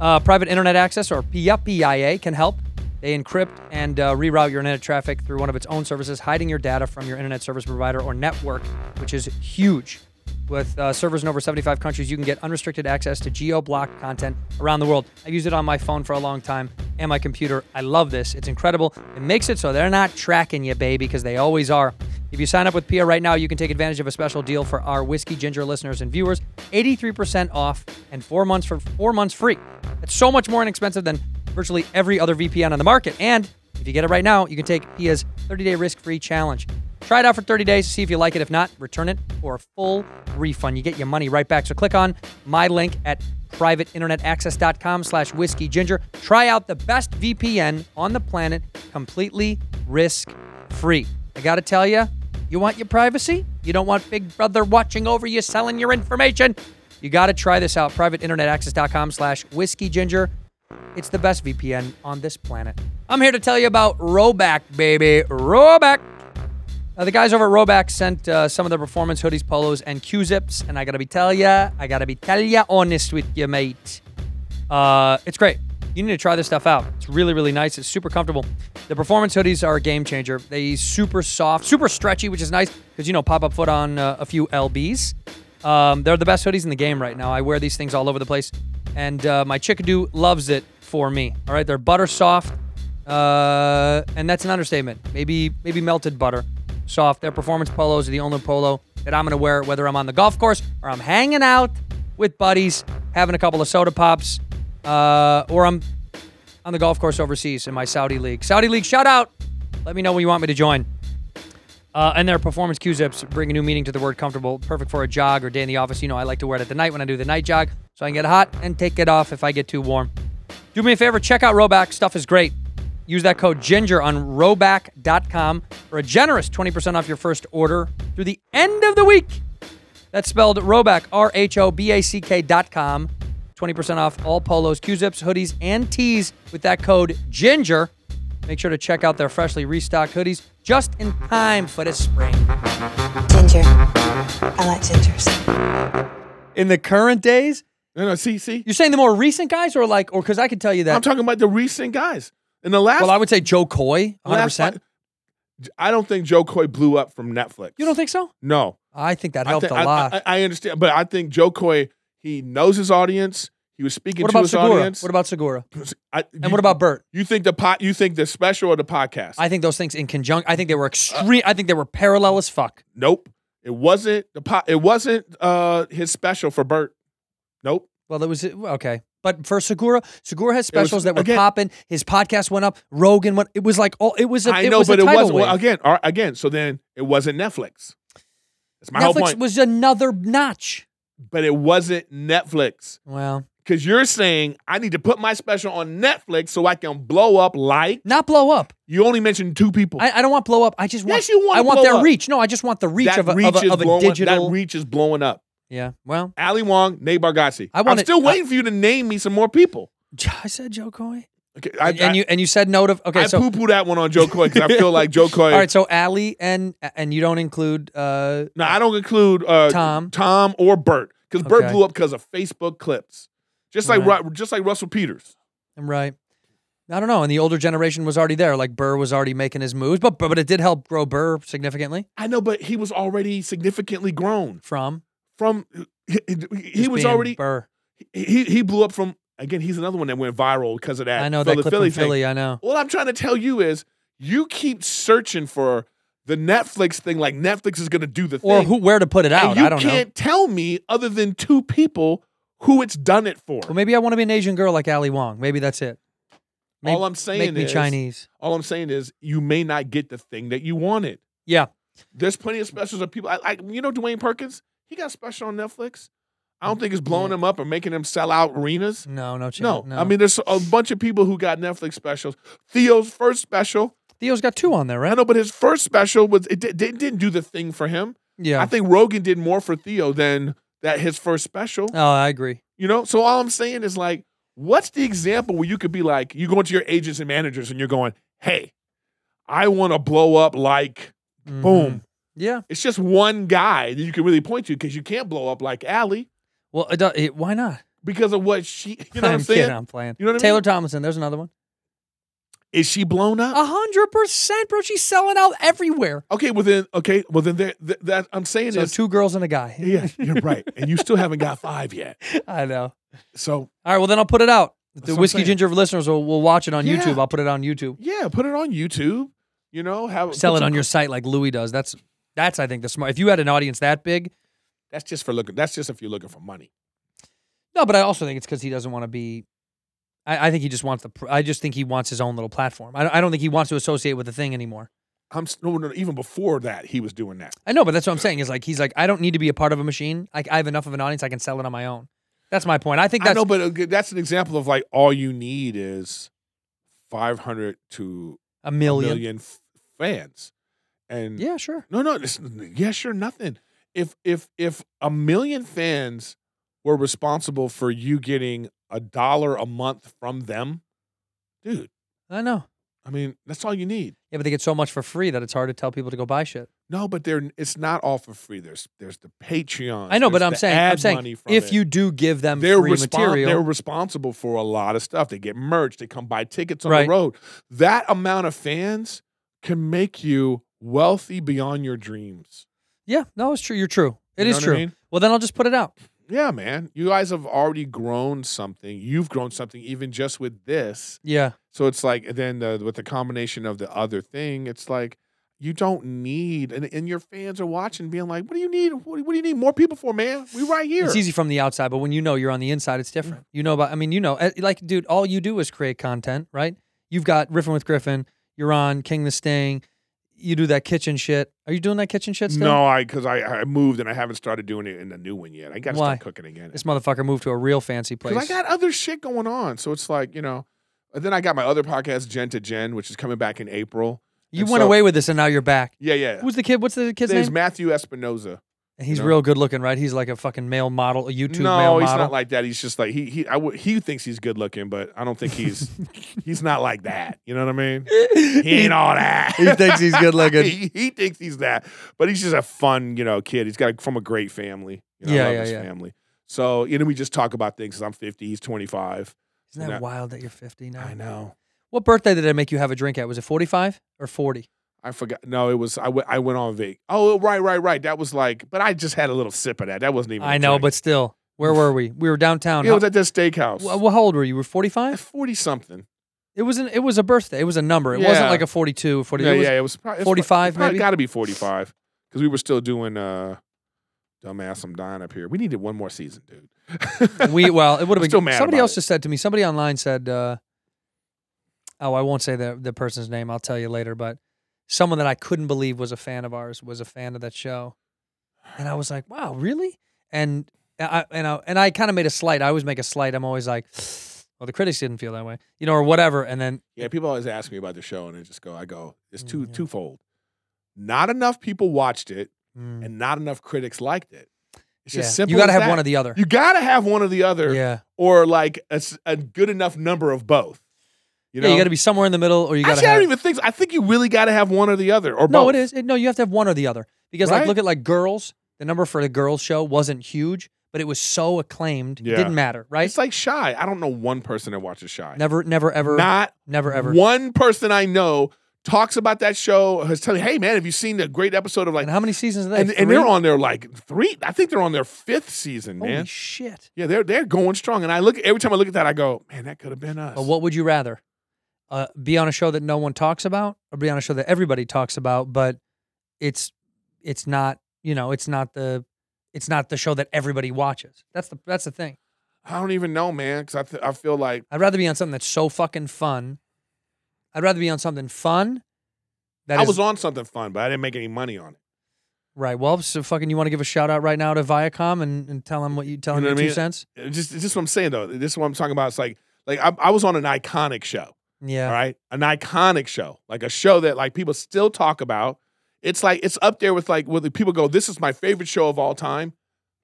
[SPEAKER 1] Uh, private Internet Access, or PIA, can help. They encrypt and uh, reroute your internet traffic through one of its own services, hiding your data from your internet service provider or network, which is huge. With uh, servers in over 75 countries, you can get unrestricted access to geo blocked content around the world. I've used it on my phone for a long time and my computer. I love this. It's incredible. It makes it so they're not tracking you, baby, because they always are. If you sign up with PIA right now, you can take advantage of a special deal for our Whiskey Ginger listeners and viewers 83% off and four months for four months free. It's so much more inexpensive than virtually every other VPN on the market. And if you get it right now, you can take PIA's 30 day risk free challenge. Try it out for 30 days to see if you like it. If not, return it for a full refund. You get your money right back. So click on my link at privateinternetaccess.com slash whiskey ginger. Try out the best VPN on the planet completely risk free. I got to tell you, you want your privacy? You don't want Big Brother watching over you selling your information? You got to try this out. Privateinternetaccess.com slash whiskey ginger. It's the best VPN on this planet. I'm here to tell you about Roback, baby. Roback. Uh, the guys over at Roback sent uh, some of their performance hoodies, polos, and Q-zips, and I gotta be tell ya, I gotta be tell ya, honest with you, mate. Uh, it's great. You need to try this stuff out. It's really, really nice. It's super comfortable. The performance hoodies are a game changer. They super soft, super stretchy, which is nice because you know pop up foot on uh, a few lbs. Um, they're the best hoodies in the game right now. I wear these things all over the place, and uh, my chickadoo loves it for me. All right, they're butter soft. Uh, and that's an understatement. Maybe maybe melted butter, soft. Their performance polos are the only polo that I'm gonna wear whether I'm on the golf course or I'm hanging out with buddies, having a couple of soda pops, uh, or I'm on the golf course overseas in my Saudi league. Saudi league, shout out! Let me know when you want me to join. Uh, and their performance Q-zips bring a new meaning to the word comfortable, perfect for a jog or day in the office. You know, I like to wear it at the night when I do the night jog, so I can get hot and take it off if I get too warm. Do me a favor, check out Roback. Stuff is great. Use that code GINGER on roback.com for a generous 20% off your first order through the end of the week. That's spelled Roback, R H O B A C K dot com. 20% off all polos, Q zips, hoodies, and tees with that code GINGER. Make sure to check out their freshly restocked hoodies just in time for the spring.
[SPEAKER 8] Ginger. I like gingers.
[SPEAKER 1] In the current days,
[SPEAKER 9] No, no. See, see.
[SPEAKER 1] you're saying the more recent guys or like, or because I could tell you
[SPEAKER 9] I'm
[SPEAKER 1] that.
[SPEAKER 9] talking about the recent guys. In the last,
[SPEAKER 1] well, I would say Joe Coy, 100%.
[SPEAKER 9] last fi- I don't think Joe Coy blew up from Netflix.
[SPEAKER 1] you don't think so?
[SPEAKER 9] No,
[SPEAKER 1] I think that
[SPEAKER 9] I
[SPEAKER 1] helped
[SPEAKER 9] think-
[SPEAKER 1] a
[SPEAKER 9] I,
[SPEAKER 1] lot.
[SPEAKER 9] I, I understand, but I think Joe Coy he knows his audience. He was speaking
[SPEAKER 1] what
[SPEAKER 9] to
[SPEAKER 1] about
[SPEAKER 9] his
[SPEAKER 1] Segura?
[SPEAKER 9] audience.
[SPEAKER 1] What about Segura?
[SPEAKER 9] I,
[SPEAKER 1] And what about Bert?
[SPEAKER 9] you? Think the pot? You think the special or the podcast?
[SPEAKER 1] I think those things in conjunction. I think they were extreme. I think they were parallel as fuck.
[SPEAKER 9] nope. It wasn't the pot. It wasn't uh his special for Bert. Nope.
[SPEAKER 1] Well, it was okay, but for Segura, Segura has
[SPEAKER 9] was-
[SPEAKER 1] specials that were
[SPEAKER 9] again-
[SPEAKER 1] popping. His podcast went up. Rogan went. It was like all. It was. A,
[SPEAKER 9] I
[SPEAKER 1] it
[SPEAKER 9] know,
[SPEAKER 1] was
[SPEAKER 9] but
[SPEAKER 1] a
[SPEAKER 9] it
[SPEAKER 1] tidal
[SPEAKER 9] wasn't well,
[SPEAKER 1] wave.
[SPEAKER 9] again. All right, again, so then it wasn't Netflix. That's my whole
[SPEAKER 1] Netflix
[SPEAKER 9] point.
[SPEAKER 1] was another notch.
[SPEAKER 9] but it wasn't Netflix
[SPEAKER 1] Well,
[SPEAKER 9] because you're saying I need to put my special on Netflix so I can blow up. Like
[SPEAKER 1] not blow up.
[SPEAKER 9] you only mentioned two people.
[SPEAKER 1] I, I don't want blow up. I just want.
[SPEAKER 9] Yes, you want
[SPEAKER 1] I want
[SPEAKER 9] blow
[SPEAKER 1] their
[SPEAKER 9] up.
[SPEAKER 1] reach. No, I just want the reach
[SPEAKER 9] that
[SPEAKER 1] of a,
[SPEAKER 9] reach
[SPEAKER 1] of a,
[SPEAKER 9] is
[SPEAKER 1] of a
[SPEAKER 9] blowing,
[SPEAKER 1] digital.
[SPEAKER 9] That reach is blowing up.
[SPEAKER 1] yeah. Well,
[SPEAKER 9] Ali Wong, Nate Bargatze.
[SPEAKER 1] I
[SPEAKER 9] I
[SPEAKER 1] wanted-
[SPEAKER 9] am still waiting for you to name me some more people.
[SPEAKER 1] I said Joe Coy,
[SPEAKER 9] Okay, I,
[SPEAKER 1] and, and you and you said no to. Okay,
[SPEAKER 9] I,
[SPEAKER 1] so
[SPEAKER 9] I poo poo that one on Joe Coy because I feel like Joe Coy.
[SPEAKER 1] all right, so Ali and and you don't include. uh
[SPEAKER 9] No, I don't include uh,
[SPEAKER 1] Tom.
[SPEAKER 9] Tom or Bert because Bert
[SPEAKER 1] Okay.
[SPEAKER 9] blew up because of Facebook clips, just like
[SPEAKER 1] Right.
[SPEAKER 9] Ru- just like Russell Peters.
[SPEAKER 1] I'm right. I don't know. And the older generation was already there. Like Burr was already making his moves, but but, but it did help grow Burr significantly
[SPEAKER 9] I know, but he was already significantly grown
[SPEAKER 1] from
[SPEAKER 9] from. He, he- he
[SPEAKER 1] just
[SPEAKER 9] was
[SPEAKER 1] being
[SPEAKER 9] already
[SPEAKER 1] Burr.
[SPEAKER 9] he he blew up from again. He's another one that went viral because of that.
[SPEAKER 1] I know that
[SPEAKER 9] Philly
[SPEAKER 1] clip from
[SPEAKER 9] thing.
[SPEAKER 1] Philly. I know.
[SPEAKER 9] What I'm trying to tell you is, you keep searching for the Netflix thing, like Netflix is going to do the
[SPEAKER 1] Or
[SPEAKER 9] thing,
[SPEAKER 1] who where to put it out?
[SPEAKER 9] and you
[SPEAKER 1] I don't know.
[SPEAKER 9] can't tell me other than two people who it's done it for.
[SPEAKER 1] Well, maybe I want to be an Asian girl like Ali Wong. Maybe that's it. Make-
[SPEAKER 9] All I'm saying
[SPEAKER 1] make me
[SPEAKER 9] is-
[SPEAKER 1] Chinese.
[SPEAKER 9] All I'm saying is, you may not get the thing that you wanted.
[SPEAKER 1] Yeah,
[SPEAKER 9] There's plenty of specials of people. I, I you know Dwayne Perkins, he got a special on Netflix. I don't think it's blowing him up or making him sell out arenas.
[SPEAKER 1] no, Mm, no, chance.
[SPEAKER 9] No. I mean there's a bunch of people who got Netflix specials. Theo's first special,
[SPEAKER 1] Theo's got two on there,
[SPEAKER 9] I
[SPEAKER 1] right?
[SPEAKER 9] know, but his first special was it did, didn't didn't do the thing for him.
[SPEAKER 1] Yeah.
[SPEAKER 9] I think Rogan did more for Theo than that his first special.
[SPEAKER 1] oh, I agree.
[SPEAKER 9] You know, so all I'm saying is like, what's the example where you could be like, you go into your agents and managers and you're going, hey, I want to blow up like
[SPEAKER 1] Mhm.
[SPEAKER 9] boom.
[SPEAKER 1] Yeah.
[SPEAKER 9] It's just one guy that you can really point to because you can't blow up like Allie
[SPEAKER 1] Well, it, do- it, why not?
[SPEAKER 9] because of what she. You know what I'm
[SPEAKER 1] I'm
[SPEAKER 9] saying?
[SPEAKER 1] kidding. I'm playing.
[SPEAKER 9] You know what I
[SPEAKER 1] Taylor
[SPEAKER 9] mean?
[SPEAKER 1] Tomlinson. There's another one.
[SPEAKER 9] Is she blown up?
[SPEAKER 1] A hundred percent, bro. She's selling out everywhere.
[SPEAKER 9] Okay, well then, okay, well then, there, th- that I'm saying
[SPEAKER 1] Oh. So
[SPEAKER 9] is,
[SPEAKER 1] two girls and a guy.
[SPEAKER 9] yeah, you're right, and you still haven't got five yet.
[SPEAKER 1] I know.
[SPEAKER 9] So
[SPEAKER 1] All right. Well, then I'll put it out. The
[SPEAKER 9] what I'm
[SPEAKER 1] whiskey
[SPEAKER 9] saying.
[SPEAKER 1] ginger listeners will, will watch it on
[SPEAKER 9] Yeah.
[SPEAKER 1] YouTube. I'll put it on YouTube.
[SPEAKER 9] yeah, put it on YouTube. You know, have
[SPEAKER 1] Sell
[SPEAKER 9] put
[SPEAKER 1] it
[SPEAKER 9] some-
[SPEAKER 1] on your site like Louis does. That's that's I think the smart. If you had an audience that big,
[SPEAKER 9] That's just for looking. That's just if you're looking for money.
[SPEAKER 1] No, but I also think it's because he doesn't want to be. I, I think he just wants the. pr- I just think he wants his own little platform. I, don't- I don't think he wants to associate with the thing anymore.
[SPEAKER 9] I'm s- no, no, even before that, he was doing that.
[SPEAKER 1] I know, but that's what I'm saying. Is like he's like I don't need to be a part of a machine. Like I have enough of an audience. I can sell it on my own. That's my point. I think
[SPEAKER 9] I
[SPEAKER 1] that's
[SPEAKER 9] know, but uh, that's an example of like all you need is 500 to
[SPEAKER 1] a
[SPEAKER 9] a
[SPEAKER 1] million.
[SPEAKER 9] million f- fans, and
[SPEAKER 1] Yeah, sure.
[SPEAKER 9] No, no. It's, yeah, sure. Nothing. If if if a million fans were responsible for you getting a dollar a month from them, dude.
[SPEAKER 1] I know.
[SPEAKER 9] I mean, that's all you need.
[SPEAKER 1] Yeah, but they get so much for free that it's hard to tell people to go buy shit.
[SPEAKER 9] No, but they're it's not all for free. There's there's the Patreon.
[SPEAKER 1] I know, but I'm saying I'm saying if you do give them
[SPEAKER 9] they're
[SPEAKER 1] free
[SPEAKER 9] respon- they're
[SPEAKER 1] material,
[SPEAKER 9] responsible for a lot of stuff. They get merch. They come buy tickets on
[SPEAKER 1] Right.
[SPEAKER 9] the road. That amount of fans can make you wealthy beyond your dreams.
[SPEAKER 1] yeah, no, it's true. You're true. It
[SPEAKER 9] You
[SPEAKER 1] is
[SPEAKER 9] know what I
[SPEAKER 1] true.
[SPEAKER 9] mean?
[SPEAKER 1] Well, then I'll just put it out.
[SPEAKER 9] Yeah, man. You guys have already grown something. You've grown something even just with this.
[SPEAKER 1] Yeah,
[SPEAKER 9] So it's like and then the, with the combination of the other thing, it's like you don't need and, and your fans are watching being like, "What do you need? What, what do you need more people for, man? We right here."
[SPEAKER 1] It's easy from the outside, but when you know you're on the inside, it's different. You know about, I mean, you know, eh, like, dude, all you do is create content, right? You've got Riffin with Griffin, you're on King the Sting, you do that kitchen shit. Are you doing that kitchen shit still?
[SPEAKER 9] No, I cuz I, I moved and I haven't started doing it in the new one yet. I got to
[SPEAKER 1] Why?
[SPEAKER 9] start cooking again.
[SPEAKER 1] This motherfucker moved to a real fancy place.
[SPEAKER 9] Because I got other shit going on. So it's like, you know, and then I got my other podcast, Gen to Gen, which is coming back in April.
[SPEAKER 1] you
[SPEAKER 9] and
[SPEAKER 1] went
[SPEAKER 9] so-
[SPEAKER 1] away with this and now you're back.
[SPEAKER 9] Yeah, yeah.
[SPEAKER 1] Who's the kid? What's the kid's
[SPEAKER 9] His name's
[SPEAKER 1] name?
[SPEAKER 9] Matthew Espinoza.
[SPEAKER 1] he's
[SPEAKER 9] you know?
[SPEAKER 1] real good looking, right? He's like a fucking male model, a YouTube
[SPEAKER 9] no,
[SPEAKER 1] male model.
[SPEAKER 9] he's not like that. He's just like he he I would he thinks he's good looking, but I don't think he's he's not like that. You know what I mean? He ain't all that.
[SPEAKER 1] he thinks he's good looking.
[SPEAKER 9] he, he thinks he's that, but he's just a fun you know kid. He's got from a great family. You know, I
[SPEAKER 1] Yeah,
[SPEAKER 9] love
[SPEAKER 1] yeah,
[SPEAKER 9] his
[SPEAKER 1] yeah.
[SPEAKER 9] Family. So you know we just talk about things. Cause I'm 50, he's 25.
[SPEAKER 1] Isn't that
[SPEAKER 9] No.
[SPEAKER 1] wild that you're 50 now?
[SPEAKER 9] I know.
[SPEAKER 1] What birthday did I make you have a drink at? Was it 45 or 40?
[SPEAKER 9] I forgot. No, it was I went. I went on vac. Oh, right, right, right. That was like, but I just had a little sip of that. That wasn't even. I
[SPEAKER 1] I know, but still, where were we? We were downtown.
[SPEAKER 9] it was at this steakhouse.
[SPEAKER 1] Wh- wh- how old were you? You Were forty five?
[SPEAKER 9] Forty something.
[SPEAKER 1] It was an, it was a birthday. It was a number. It wasn't
[SPEAKER 9] Yeah.
[SPEAKER 1] like a forty two or forty.
[SPEAKER 9] Yeah,
[SPEAKER 1] it was-
[SPEAKER 9] yeah, it was probably
[SPEAKER 1] 45 maybe?
[SPEAKER 9] Got to be forty five because we were still doing uh, dumbass. I'm dying up here. We needed one more season, dude.
[SPEAKER 1] We well, it would
[SPEAKER 9] I'm
[SPEAKER 1] have
[SPEAKER 9] still
[SPEAKER 1] been.
[SPEAKER 9] mad
[SPEAKER 1] Somebody
[SPEAKER 9] about
[SPEAKER 1] else
[SPEAKER 9] it.
[SPEAKER 1] just said to me. Somebody online said, uh, "Oh, I won't say the the person's name. I'll tell you later." But someone that I couldn't believe was a fan of ours was a fan of that show, and I was like, "Wow, really?" And I and I and I kind of made a slight. I always make a slight. I'm always like, "Well, the critics didn't feel that way," you know, or whatever. And then
[SPEAKER 9] yeah, people always ask me about the show, and I just go, I go, it's two twofold. Not enough people watched it,
[SPEAKER 1] mm,
[SPEAKER 9] and not enough critics liked it. It's
[SPEAKER 1] yeah.
[SPEAKER 9] just simple.
[SPEAKER 1] you got to have
[SPEAKER 9] that.
[SPEAKER 1] one or the other.
[SPEAKER 9] You gotta have one or the other,
[SPEAKER 1] yeah,
[SPEAKER 9] or like a, s- a good enough number of both. You know,
[SPEAKER 1] yeah, you got to be somewhere in the middle, or you got to
[SPEAKER 9] Actually,
[SPEAKER 1] have.
[SPEAKER 9] I don't even think. So. I think you really got to have one or the other, or
[SPEAKER 1] No,
[SPEAKER 9] both.
[SPEAKER 1] it is. It, no, you have to have one or the other because like
[SPEAKER 9] Right?
[SPEAKER 1] look at like girls. The number for the girls show wasn't huge, but it was so acclaimed. It
[SPEAKER 9] Yeah.
[SPEAKER 1] didn't matter, right?
[SPEAKER 9] It's like Shy. I don't know one person that watches Shy.
[SPEAKER 1] Never, never, ever,
[SPEAKER 9] Not
[SPEAKER 1] never, ever.
[SPEAKER 9] one person I know talks about that show. Has telling, hey man, have you seen the great episode of like?
[SPEAKER 1] and how many seasons are they?
[SPEAKER 9] And, and
[SPEAKER 1] Three?
[SPEAKER 9] they're on their like three. I think they're on their fifth season,
[SPEAKER 1] Holy
[SPEAKER 9] man.
[SPEAKER 1] shit!
[SPEAKER 9] yeah, they're they're going strong. And I look every time I look at that, I go, man, that could have been us.
[SPEAKER 1] But what would you rather? Uh, be on a show that no one talks about, or be on a show that everybody talks about, but it's it's not you know it's not the it's not the show that everybody watches. That's the that's the thing.
[SPEAKER 9] I don't even know, man, because I th- I feel like
[SPEAKER 1] I'd rather be on something that's so fucking fun. I'd rather be on something fun. That
[SPEAKER 9] I
[SPEAKER 1] is-
[SPEAKER 9] was on something fun, but I didn't make any money on it.
[SPEAKER 1] right. Well, so fucking, you want to give a shout out right now to Viacom and, and tell them what you tell
[SPEAKER 9] You
[SPEAKER 1] them
[SPEAKER 9] know
[SPEAKER 1] your
[SPEAKER 9] what I
[SPEAKER 1] two
[SPEAKER 9] mean?
[SPEAKER 1] cents.
[SPEAKER 9] It's just it's just what I'm saying though. This is what I'm talking about. It's like like I, I was on an iconic show.
[SPEAKER 1] Yeah.
[SPEAKER 9] All right. An iconic show, like a show that like people still talk about. It's like it's up there with like whether people go, this is my favorite show of all time.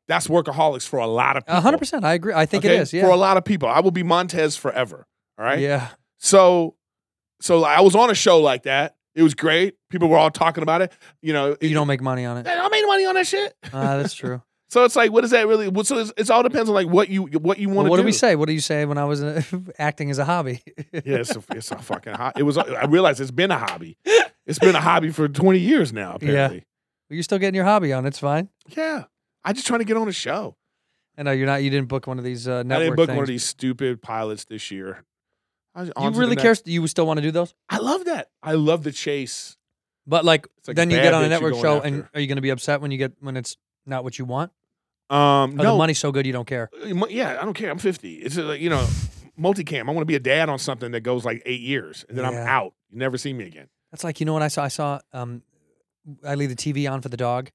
[SPEAKER 9] That's workaholics for a lot of people.
[SPEAKER 1] A hundred percent. I agree. I think
[SPEAKER 9] okay?
[SPEAKER 1] it is. Yeah.
[SPEAKER 9] For a lot of people. I will be Montez forever. All right.
[SPEAKER 1] Yeah.
[SPEAKER 9] So so I was on a show like that. It was great. People were all talking about it. You know,
[SPEAKER 1] You don't make money on it.
[SPEAKER 9] I don't make money on that shit.
[SPEAKER 1] Ah, that's true.
[SPEAKER 9] So it's like, what is that really? what- So it's, it's all depends on like what you what you want
[SPEAKER 1] Well,
[SPEAKER 9] to
[SPEAKER 1] what
[SPEAKER 9] do.
[SPEAKER 1] do we say? What do you say when I was uh, acting as a hobby?
[SPEAKER 9] Yeah, it's a, it's a fucking hobby. It was. I realize it's been a hobby. It's been a hobby for twenty years now. Apparently,
[SPEAKER 1] You're still getting your hobby on. It's fine.
[SPEAKER 9] yeah. I just trying to get on a show.
[SPEAKER 1] I know you're not. You didn't book one of these uh, network
[SPEAKER 9] I didn't book
[SPEAKER 1] things.
[SPEAKER 9] one of these stupid pilots this year. I was on to
[SPEAKER 1] You
[SPEAKER 9] the
[SPEAKER 1] really
[SPEAKER 9] next-
[SPEAKER 1] care? You still want to do those?
[SPEAKER 9] I love that. I love the chase.
[SPEAKER 1] But like,
[SPEAKER 9] It's like
[SPEAKER 1] then you
[SPEAKER 9] bad
[SPEAKER 1] get on a
[SPEAKER 9] bitch you're
[SPEAKER 1] network
[SPEAKER 9] going
[SPEAKER 1] show, and
[SPEAKER 9] after.
[SPEAKER 1] are you going to be upset when you get when it's not what you want? Or
[SPEAKER 9] Um, no,
[SPEAKER 1] Oh,
[SPEAKER 9] Uh,
[SPEAKER 1] the money's so good you don't care.
[SPEAKER 9] mo- Yeah, I don't care. I'm fifty. It's just like you know, multicam. I want to be a dad on something that goes like eight years, and then I'm
[SPEAKER 1] Yeah.
[SPEAKER 9] out. You never see me again.
[SPEAKER 1] That's like you know what I saw. I saw um, I leave the TV on for the dog,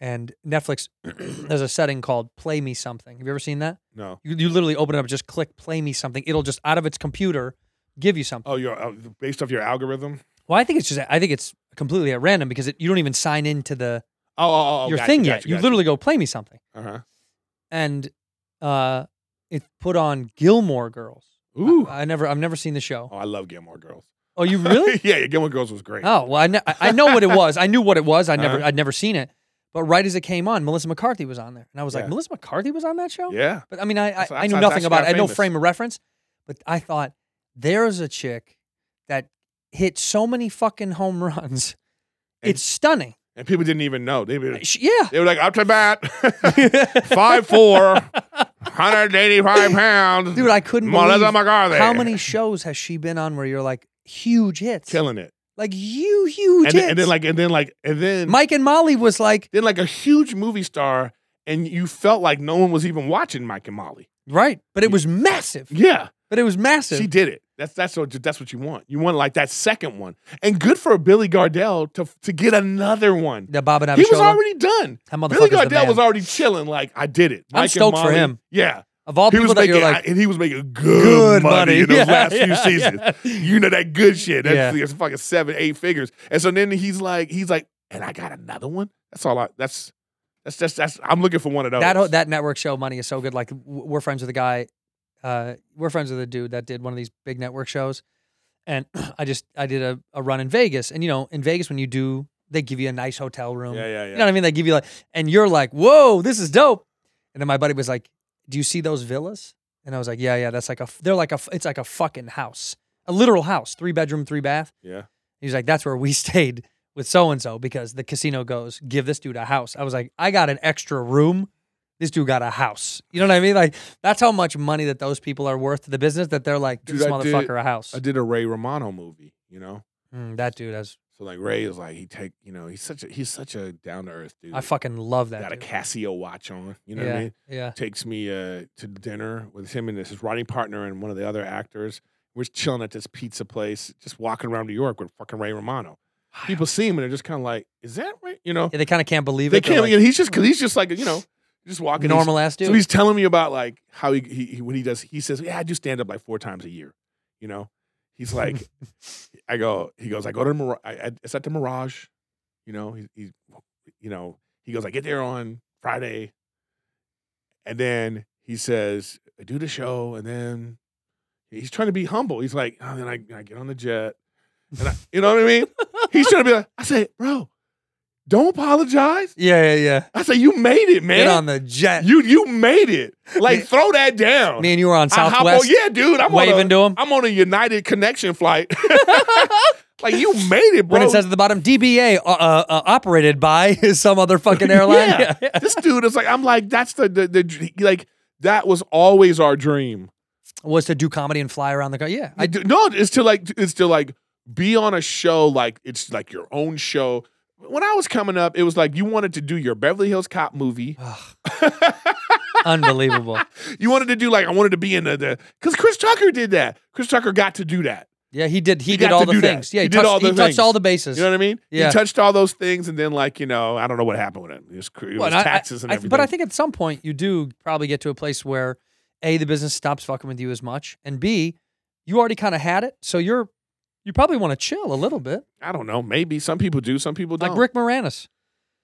[SPEAKER 1] and Netflix. there's a setting called "Play Me Something." Have you ever seen that?
[SPEAKER 9] No.
[SPEAKER 1] You, you literally open it up, just click "Play Me Something." It'll just out of its computer give you something.
[SPEAKER 9] Oh, you're uh, based off your algorithm.
[SPEAKER 1] Well, I think it's just I think it's completely at random because it, you don't even sign into the
[SPEAKER 9] Oh, oh, oh
[SPEAKER 1] your
[SPEAKER 9] gotcha,
[SPEAKER 1] thing
[SPEAKER 9] gotcha,
[SPEAKER 1] yet. you
[SPEAKER 9] gotcha.
[SPEAKER 1] literally go "Play Me Something,"
[SPEAKER 9] Uh-huh.
[SPEAKER 1] and uh, it put on Gilmore Girls. I-
[SPEAKER 9] Ooh.
[SPEAKER 1] I, never I've never seen the
[SPEAKER 9] Oh,
[SPEAKER 1] show.
[SPEAKER 9] I love Gilmore Girls.
[SPEAKER 1] Oh, you really?
[SPEAKER 9] yeah, yeah, Gilmore Girls was great.
[SPEAKER 1] Oh well, I, kn- I I know what it was. I knew what it was. I
[SPEAKER 9] Uh-huh.
[SPEAKER 1] never I'd never seen it. But right as it came on, Melissa McCarthy was on there, and I was like,
[SPEAKER 9] Yeah.
[SPEAKER 1] Melissa McCarthy was on that show.
[SPEAKER 9] Yeah.
[SPEAKER 1] But I mean, I I,
[SPEAKER 9] That's-
[SPEAKER 1] I knew
[SPEAKER 9] that's-
[SPEAKER 1] nothing
[SPEAKER 9] that's
[SPEAKER 1] about it. I had no
[SPEAKER 9] famous.
[SPEAKER 1] frame of reference. But I thought there's a chick that hit so many fucking home runs.
[SPEAKER 9] And-
[SPEAKER 1] It's stunning.
[SPEAKER 9] And people didn't even know. They were,
[SPEAKER 1] She, yeah.
[SPEAKER 9] they were like, up to bat, 5'4, 185 pounds.
[SPEAKER 1] Dude, I couldn't
[SPEAKER 9] Melissa
[SPEAKER 1] believe
[SPEAKER 9] McCarthy.
[SPEAKER 1] how many shows has she been on where you're like huge hits,
[SPEAKER 9] Killing it.
[SPEAKER 1] like you huge
[SPEAKER 9] And,
[SPEAKER 1] hits.
[SPEAKER 9] then- and then, like, and then, like, and then,
[SPEAKER 1] Mike and Molly was like
[SPEAKER 9] then, like, a huge movie star, and you felt like no one was even watching Mike and Molly.
[SPEAKER 1] right, but it was massive.
[SPEAKER 9] Yeah.
[SPEAKER 1] But it was massive.
[SPEAKER 9] She did it. That's that's what that's what you want. You want like that second one, and good for Billy Gardell to to get another one.
[SPEAKER 1] the Bob and
[SPEAKER 9] He
[SPEAKER 1] Abby
[SPEAKER 9] was
[SPEAKER 1] show.
[SPEAKER 9] already done.
[SPEAKER 1] That
[SPEAKER 9] Billy
[SPEAKER 1] motherfucker's the
[SPEAKER 9] Gardell
[SPEAKER 1] man.
[SPEAKER 9] was already chilling. Like I did it.
[SPEAKER 1] I'm
[SPEAKER 9] Mike and
[SPEAKER 1] stoked for
[SPEAKER 9] Molly.
[SPEAKER 1] him.
[SPEAKER 9] Yeah,
[SPEAKER 1] of all
[SPEAKER 9] he
[SPEAKER 1] people
[SPEAKER 9] was
[SPEAKER 1] that
[SPEAKER 9] making,
[SPEAKER 1] you're like,
[SPEAKER 9] and he was making good,
[SPEAKER 1] Good
[SPEAKER 9] money,
[SPEAKER 1] money.
[SPEAKER 9] in those
[SPEAKER 1] Yeah,
[SPEAKER 9] last
[SPEAKER 1] yeah,
[SPEAKER 9] few seasons.
[SPEAKER 1] yeah.
[SPEAKER 9] You know that good shit.
[SPEAKER 1] Yeah.
[SPEAKER 9] That's it's fucking seven, eight figures. And so then he's like, he's like, and I got another one. That's all. I. That's that's that's that's. I'm looking for one of those.
[SPEAKER 1] that ho- that network show money is so good. Like w- we're friends with a guy, uh, we're friends with a dude that did one of these big network shows, and I just I did a, a run in Vegas, and you know in Vegas when you do they give you a nice hotel room,
[SPEAKER 9] Yeah, yeah,
[SPEAKER 1] You
[SPEAKER 9] yeah.
[SPEAKER 1] know what I mean? They give you like, and you're like, whoa, this is dope. And then my buddy was like, do you see those villas? And I was like, yeah, yeah, that's like a f- they're like a f- it's like a fucking house, a literal house, three bedroom, three bath.
[SPEAKER 9] yeah.
[SPEAKER 1] He's like, that's where we stayed with so and so because the casino goes, give this dude a house. I was like, I got an extra room. This dude got a house. You know what I mean? Like, that's how much money that those people are worth to the business that they're like, give
[SPEAKER 9] Dude,
[SPEAKER 1] this
[SPEAKER 9] I did-
[SPEAKER 1] motherfucker a house.
[SPEAKER 9] I did a Ray Romano movie. You know,
[SPEAKER 1] Mm, that dude has,
[SPEAKER 9] so like Ray is like he take. You know, he's such a he's such a down to earth dude.
[SPEAKER 1] I fucking love that.
[SPEAKER 9] got a
[SPEAKER 1] dude.
[SPEAKER 9] Casio watch on. You know
[SPEAKER 1] yeah,
[SPEAKER 9] what I mean?
[SPEAKER 1] yeah.
[SPEAKER 9] takes me uh, to dinner with him and his writing partner and one of the other actors. We're chilling at this pizza place, just walking around New York with fucking Ray Romano. People see him and they're just kind of like, "Is that right?" You know,
[SPEAKER 1] Yeah, they kind of can't believe
[SPEAKER 9] they
[SPEAKER 1] it. They're
[SPEAKER 9] can't.
[SPEAKER 1] like,
[SPEAKER 9] and he's just because he's just like you know, just walking he's-
[SPEAKER 1] normal ass dude.
[SPEAKER 9] So he's telling me about like how he, he, he when he does he says, "Yeah, I do stand up like four times a year." You know, he's like, I go, he goes, I go to the Mirage. I, I, it's at the Mirage. You know, he, he, you know, he goes, I get there on Friday, and then he says, I do the show, and then he's trying to be humble. He's like, oh, then I, I get on the jet, and I, you know what I mean? He's trying to be like, I say, bro, Don't apologize.
[SPEAKER 1] Yeah, yeah, yeah.
[SPEAKER 9] I say, you made it, man.
[SPEAKER 1] Get on the jet.
[SPEAKER 9] Eh? you you made it. Like throw that down.
[SPEAKER 1] Me and you were on
[SPEAKER 9] I hop on-
[SPEAKER 1] Southwest.
[SPEAKER 9] yeah, dude. I'm on
[SPEAKER 1] waving
[SPEAKER 9] a,
[SPEAKER 1] to 'em.
[SPEAKER 9] I'm on a United Connection flight. like you made it, bro.
[SPEAKER 1] When it says at the bottom, DBA uh, uh, uh, operated by some other fucking airline.
[SPEAKER 9] yeah. this dude is like, I'm like, that's the, the the like that was always our dream.
[SPEAKER 1] Was to do comedy and fly around the country. Yeah.
[SPEAKER 9] I do, no, it's to like it's to like be on a show like it's like your own show. When I was coming up, it was like you wanted to do your Beverly Hills Cop movie.
[SPEAKER 1] Unbelievable.
[SPEAKER 9] You wanted to do like I wanted to be in the- the because Chris Tucker did that. Chris Tucker got to do that.
[SPEAKER 1] Yeah, he did. He,
[SPEAKER 9] He
[SPEAKER 1] did
[SPEAKER 9] got
[SPEAKER 1] all
[SPEAKER 9] to
[SPEAKER 1] the
[SPEAKER 9] do that.
[SPEAKER 1] things. Yeah, he,
[SPEAKER 9] He did
[SPEAKER 1] touched,
[SPEAKER 9] all the
[SPEAKER 1] he touched
[SPEAKER 9] things.
[SPEAKER 1] all the bases.
[SPEAKER 9] You know what I mean?
[SPEAKER 1] Yeah.
[SPEAKER 9] He touched all those things, and then like you know, I don't know what happened with it. It was, cr- it
[SPEAKER 1] Well,
[SPEAKER 9] was
[SPEAKER 1] and I- I-
[SPEAKER 9] taxes and
[SPEAKER 1] I-
[SPEAKER 9] everything.
[SPEAKER 1] But I think at some point you do probably get to a place where a the business stops fucking with you as much, and b you already kind of had it, so you're you probably want to chill a little bit.
[SPEAKER 9] I don't know. Maybe some people do, some people don't.
[SPEAKER 1] Like Rick Moranis,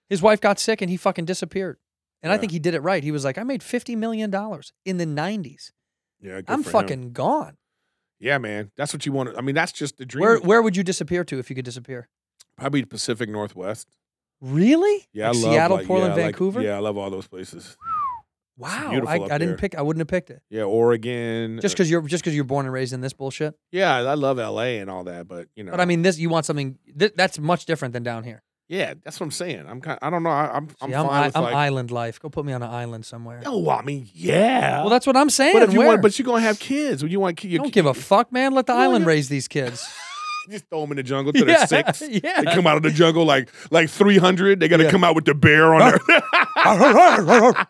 [SPEAKER 1] his wife got sick and he fucking disappeared, and I
[SPEAKER 9] Yeah.
[SPEAKER 1] think he did it right. He was like, I made fifty million dollars in the nineties.
[SPEAKER 9] yeah, good
[SPEAKER 1] I'm
[SPEAKER 9] for him.
[SPEAKER 1] fucking gone.
[SPEAKER 9] Yeah, man. That's what you want. I mean, that's just the dream.
[SPEAKER 1] Where where would you disappear to if you could disappear?
[SPEAKER 9] Probably the Pacific Northwest.
[SPEAKER 1] Really?
[SPEAKER 9] Yeah,
[SPEAKER 1] Like
[SPEAKER 9] I love,
[SPEAKER 1] Seattle,
[SPEAKER 9] like-
[SPEAKER 1] Portland,
[SPEAKER 9] yeah, like-
[SPEAKER 1] Vancouver.
[SPEAKER 9] yeah, I love all those places.
[SPEAKER 1] Wow,
[SPEAKER 9] beautiful
[SPEAKER 1] I,
[SPEAKER 9] up
[SPEAKER 1] I didn't
[SPEAKER 9] there.
[SPEAKER 1] pick. I wouldn't have picked it
[SPEAKER 9] Yeah, Oregon. uh,
[SPEAKER 1] just because you're just because you're born and raised in this bullshit.
[SPEAKER 9] yeah, I love L.A. and all that, but you know.
[SPEAKER 1] But I mean, this you want something th- that's much different than down here.
[SPEAKER 9] yeah, that's what I'm saying. I'm kind. I don't know. I, I'm. I'm
[SPEAKER 1] See, I'm,
[SPEAKER 9] fine
[SPEAKER 1] i-
[SPEAKER 9] with
[SPEAKER 1] I'm
[SPEAKER 9] like.
[SPEAKER 1] island life. Go put me on an island somewhere.
[SPEAKER 9] oh, I mean, yeah.
[SPEAKER 1] Well, that's what I'm saying.
[SPEAKER 9] But if you
[SPEAKER 1] Where?
[SPEAKER 9] want, but you're gonna have kids. When you want kids,
[SPEAKER 1] don't give a fuck, man. Let the island raise these kids.
[SPEAKER 9] Just throw them in the jungle till
[SPEAKER 1] Yeah,
[SPEAKER 9] they're six.
[SPEAKER 1] yeah.
[SPEAKER 9] They come out of the jungle like like three hundred. They got to come out with the bear on their.
[SPEAKER 1] Like,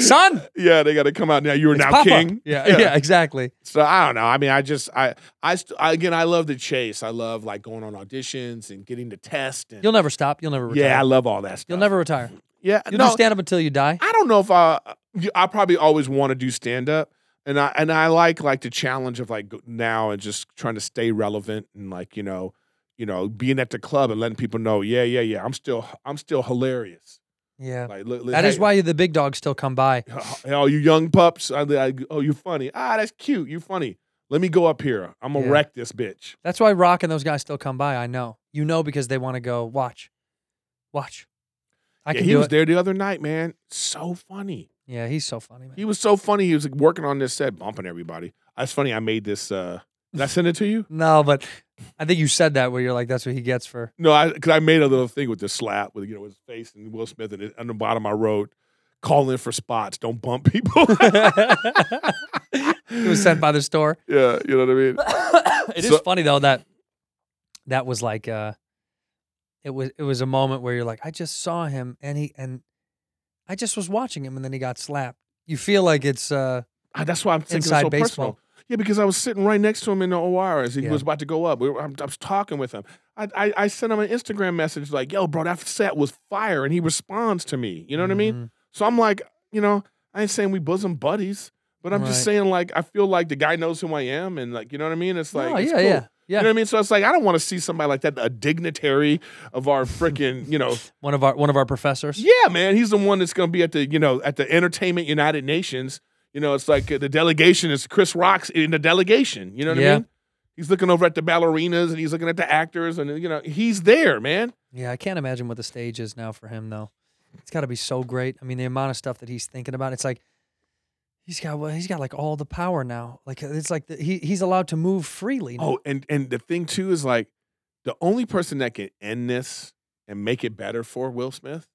[SPEAKER 1] son,
[SPEAKER 9] yeah, they got to come out now. You're now
[SPEAKER 1] Papa.
[SPEAKER 9] king.
[SPEAKER 1] Yeah, yeah, exactly.
[SPEAKER 9] So I don't know. I mean, I just I I, st- I again I love the chase. I love like going on auditions and getting the test. And,
[SPEAKER 1] You'll never stop. You'll never retire.
[SPEAKER 9] yeah, I love all that stuff.
[SPEAKER 1] You'll never retire.
[SPEAKER 9] Yeah,
[SPEAKER 1] You'll
[SPEAKER 9] no,
[SPEAKER 1] do stand up until you die.
[SPEAKER 9] I don't know if I I probably always want to do stand up. And I and I like like the challenge of like now and just trying to stay relevant and like you know, you know, being at the club and letting people know, yeah, yeah, yeah, I'm still I'm still hilarious.
[SPEAKER 1] Yeah.
[SPEAKER 9] Like look,
[SPEAKER 1] That is why the big dogs still come by.
[SPEAKER 9] oh you young pups, I, I, oh you funny, ah that's cute, you funny. Let me go up here, I'm gonna
[SPEAKER 1] Yeah.
[SPEAKER 9] wreck this bitch.
[SPEAKER 1] That's why Rock and those guys still come by. I know. You know because they want to go watch, watch. I
[SPEAKER 9] yeah,
[SPEAKER 1] can
[SPEAKER 9] he
[SPEAKER 1] do
[SPEAKER 9] was
[SPEAKER 1] it.
[SPEAKER 9] there the other night, man. So funny.
[SPEAKER 1] Yeah, he's so funny, man.
[SPEAKER 9] He was so funny. He was like, working on this set, bumping everybody. That's funny. I made this. uh Did I send it to you?
[SPEAKER 1] No, but I think you said that where you're like, that's what he gets for
[SPEAKER 9] No, I because I made a little thing with the slap with you know his face and Will Smith and it- on the bottom I wrote, call in for spots, don't bump people.
[SPEAKER 1] it was sent by the store.
[SPEAKER 9] yeah, you know what I mean.
[SPEAKER 1] It is
[SPEAKER 9] So-
[SPEAKER 1] funny though that that was like uh it was it was a moment where you're like, I just saw him and he and I just was watching him and then he got slapped. You feel like it's uh
[SPEAKER 9] Ah, That's why I'm taking it
[SPEAKER 1] Inside
[SPEAKER 9] so
[SPEAKER 1] baseball.
[SPEAKER 9] personal. Yeah, because I was sitting right next to him in the OR as he
[SPEAKER 1] Yeah.
[SPEAKER 9] was about to go up. We were, I, I was talking with him. I, I I sent him an Instagram message like, "Yo, bro, that set was fire," and he responds to me. You know what I
[SPEAKER 1] Mm-hmm.
[SPEAKER 9] mean? So I'm like, you know, I ain't saying we bosom buddies, but I'm just
[SPEAKER 1] Right.
[SPEAKER 9] saying like I feel like the guy knows who I am, and like you know what I mean. It's like,
[SPEAKER 1] oh,
[SPEAKER 9] it's
[SPEAKER 1] yeah,
[SPEAKER 9] cool.
[SPEAKER 1] yeah. Yeah.
[SPEAKER 9] You know what I mean? So it's like I don't want to see somebody like that, a dignitary of our freaking, you know.
[SPEAKER 1] One of our one of our professors.
[SPEAKER 9] Yeah, man, he's the one that's going to be at the, you know, at the Entertainment United Nations. You know, it's like uh, the delegation is Chris Rock's in the delegation. You know what
[SPEAKER 1] Yeah.
[SPEAKER 9] I mean? He's looking over at the ballerinas and he's looking at the actors and you know he's there, man.
[SPEAKER 1] Yeah, I can't imagine what the stage is now for him though. It's got to be so great. I mean, the amount of stuff that he's thinking about. It's like he's got well, he's got like all the power now. Like it's like the, he he's allowed to move freely. now.
[SPEAKER 9] Oh, and and the thing too is like the only person that can end this and make it better for Will Smith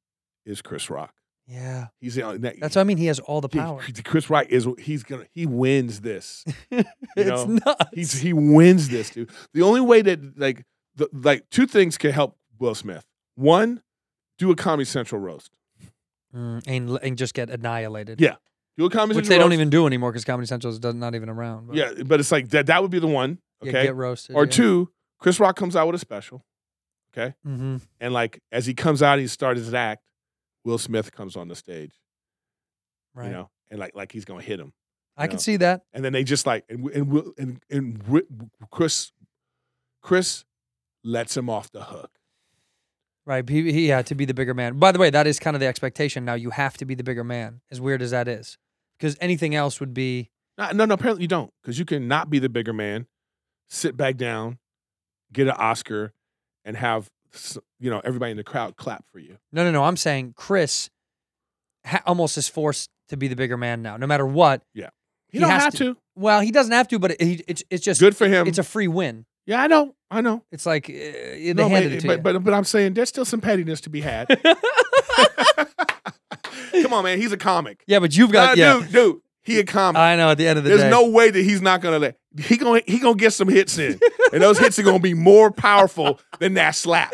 [SPEAKER 9] is Chris Rock.
[SPEAKER 1] yeah.
[SPEAKER 9] He's the only, that,
[SPEAKER 1] That's what I mean. He has all the
[SPEAKER 9] he-
[SPEAKER 1] power.
[SPEAKER 9] Chris Rock is he's gonna he wins this. You
[SPEAKER 1] it's
[SPEAKER 9] know,
[SPEAKER 1] nuts.
[SPEAKER 9] He's, he wins this, dude. The only way that like the, like two things can help Will Smith. One, do a Comedy Central roast.
[SPEAKER 1] Mm, and l- and just get annihilated.
[SPEAKER 9] Yeah, do a Comedy
[SPEAKER 1] which they
[SPEAKER 9] Central
[SPEAKER 1] don't even do anymore because Comedy Central is does- not even around. but-
[SPEAKER 9] roast. Yeah, but it's like that. That would be the one.
[SPEAKER 1] yeah,
[SPEAKER 9] Okay,
[SPEAKER 1] get roasted.
[SPEAKER 9] or two, Chris Rock comes out with a special,
[SPEAKER 1] hmm
[SPEAKER 9] and like as he comes out, he starts his act. Will Smith comes on the stage,
[SPEAKER 1] Right.
[SPEAKER 9] you know, and like like he's gonna hit him,
[SPEAKER 1] I can
[SPEAKER 9] know.
[SPEAKER 1] see that.
[SPEAKER 9] and then they just like and Wi- and Will- and, and Wi- Chris Chris lets him off the hook.
[SPEAKER 1] Right. He, he had to be the bigger man. By the way, that is kind of the expectation now. You have to be the bigger man, as weird as that is, because anything else would be.
[SPEAKER 9] No, no, no apparently you don't, because you can not be the bigger man, sit back down, get an Oscar, and have s- you know, everybody in the crowd clap for you.
[SPEAKER 1] No, no, no. I'm saying Chris ha- almost is forced to be the bigger man now, no matter what.
[SPEAKER 9] He,
[SPEAKER 1] He
[SPEAKER 9] don't
[SPEAKER 1] has
[SPEAKER 9] have
[SPEAKER 1] to.
[SPEAKER 9] to.
[SPEAKER 1] Well, he doesn't have to, but it, he- it's it's just
[SPEAKER 9] Good for him.
[SPEAKER 1] It's a free win.
[SPEAKER 9] yeah, I know. I know.
[SPEAKER 1] It's like uh, they
[SPEAKER 9] No,
[SPEAKER 1] handed it
[SPEAKER 9] but,
[SPEAKER 1] to you.
[SPEAKER 9] but, but but I'm saying there's still some pettiness to be had. Come on, man. He's a comic.
[SPEAKER 1] yeah, but you've got
[SPEAKER 9] Nah,
[SPEAKER 1] yeah.
[SPEAKER 9] dude, dude, he a comic.
[SPEAKER 1] I know. At the end of the
[SPEAKER 9] There's
[SPEAKER 1] day,
[SPEAKER 9] no way that he's not gonna let he gonna he gonna get some hits in, and those hits are gonna be more powerful than that slap.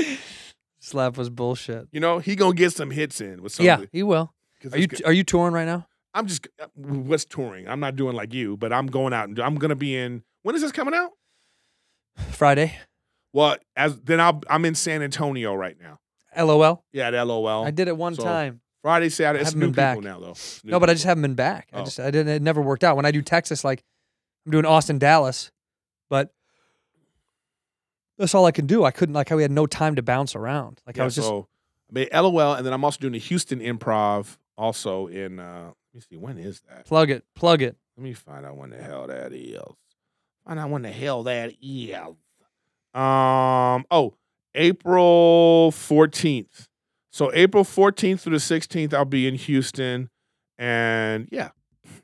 [SPEAKER 1] slap was bullshit.
[SPEAKER 9] You know, he gonna get some hits in with something.
[SPEAKER 1] Yeah, he will.
[SPEAKER 9] 'Cause
[SPEAKER 1] Are
[SPEAKER 9] it's
[SPEAKER 1] you
[SPEAKER 9] good.
[SPEAKER 1] are you touring right now?
[SPEAKER 9] I'm just uh, what's touring. I'm not doing like you, but I'm going out and I'm gonna be in. When is this coming out?
[SPEAKER 1] Friday.
[SPEAKER 9] Well, as then I'll, I'm in San Antonio right now.
[SPEAKER 1] LOL.
[SPEAKER 9] Yeah, at LOL.
[SPEAKER 1] I did it one
[SPEAKER 9] Oh, So,
[SPEAKER 1] time.
[SPEAKER 9] Friday, Saturday. It's
[SPEAKER 1] haven't
[SPEAKER 9] new
[SPEAKER 1] been
[SPEAKER 9] people
[SPEAKER 1] back.
[SPEAKER 9] now though. It's new
[SPEAKER 1] No, but I
[SPEAKER 9] people.
[SPEAKER 1] just haven't been back. I
[SPEAKER 9] Oh.
[SPEAKER 1] just I didn't. It never worked out. When I do Texas, like I'm doing Austin, Dallas, but that's all I can do. I couldn't like how we had no time to bounce around. Like I
[SPEAKER 9] Yeah,
[SPEAKER 1] was just
[SPEAKER 9] so I mean, LOL, and then I'm also doing the Houston Improv. Also in uh, let me see when is that?
[SPEAKER 1] plug it, plug it.
[SPEAKER 9] Let me find out when the hell that is. Find out when the hell that is. Um. Oh, April fourteenth. So April fourteenth through the sixteenth, I'll be in Houston, and yeah,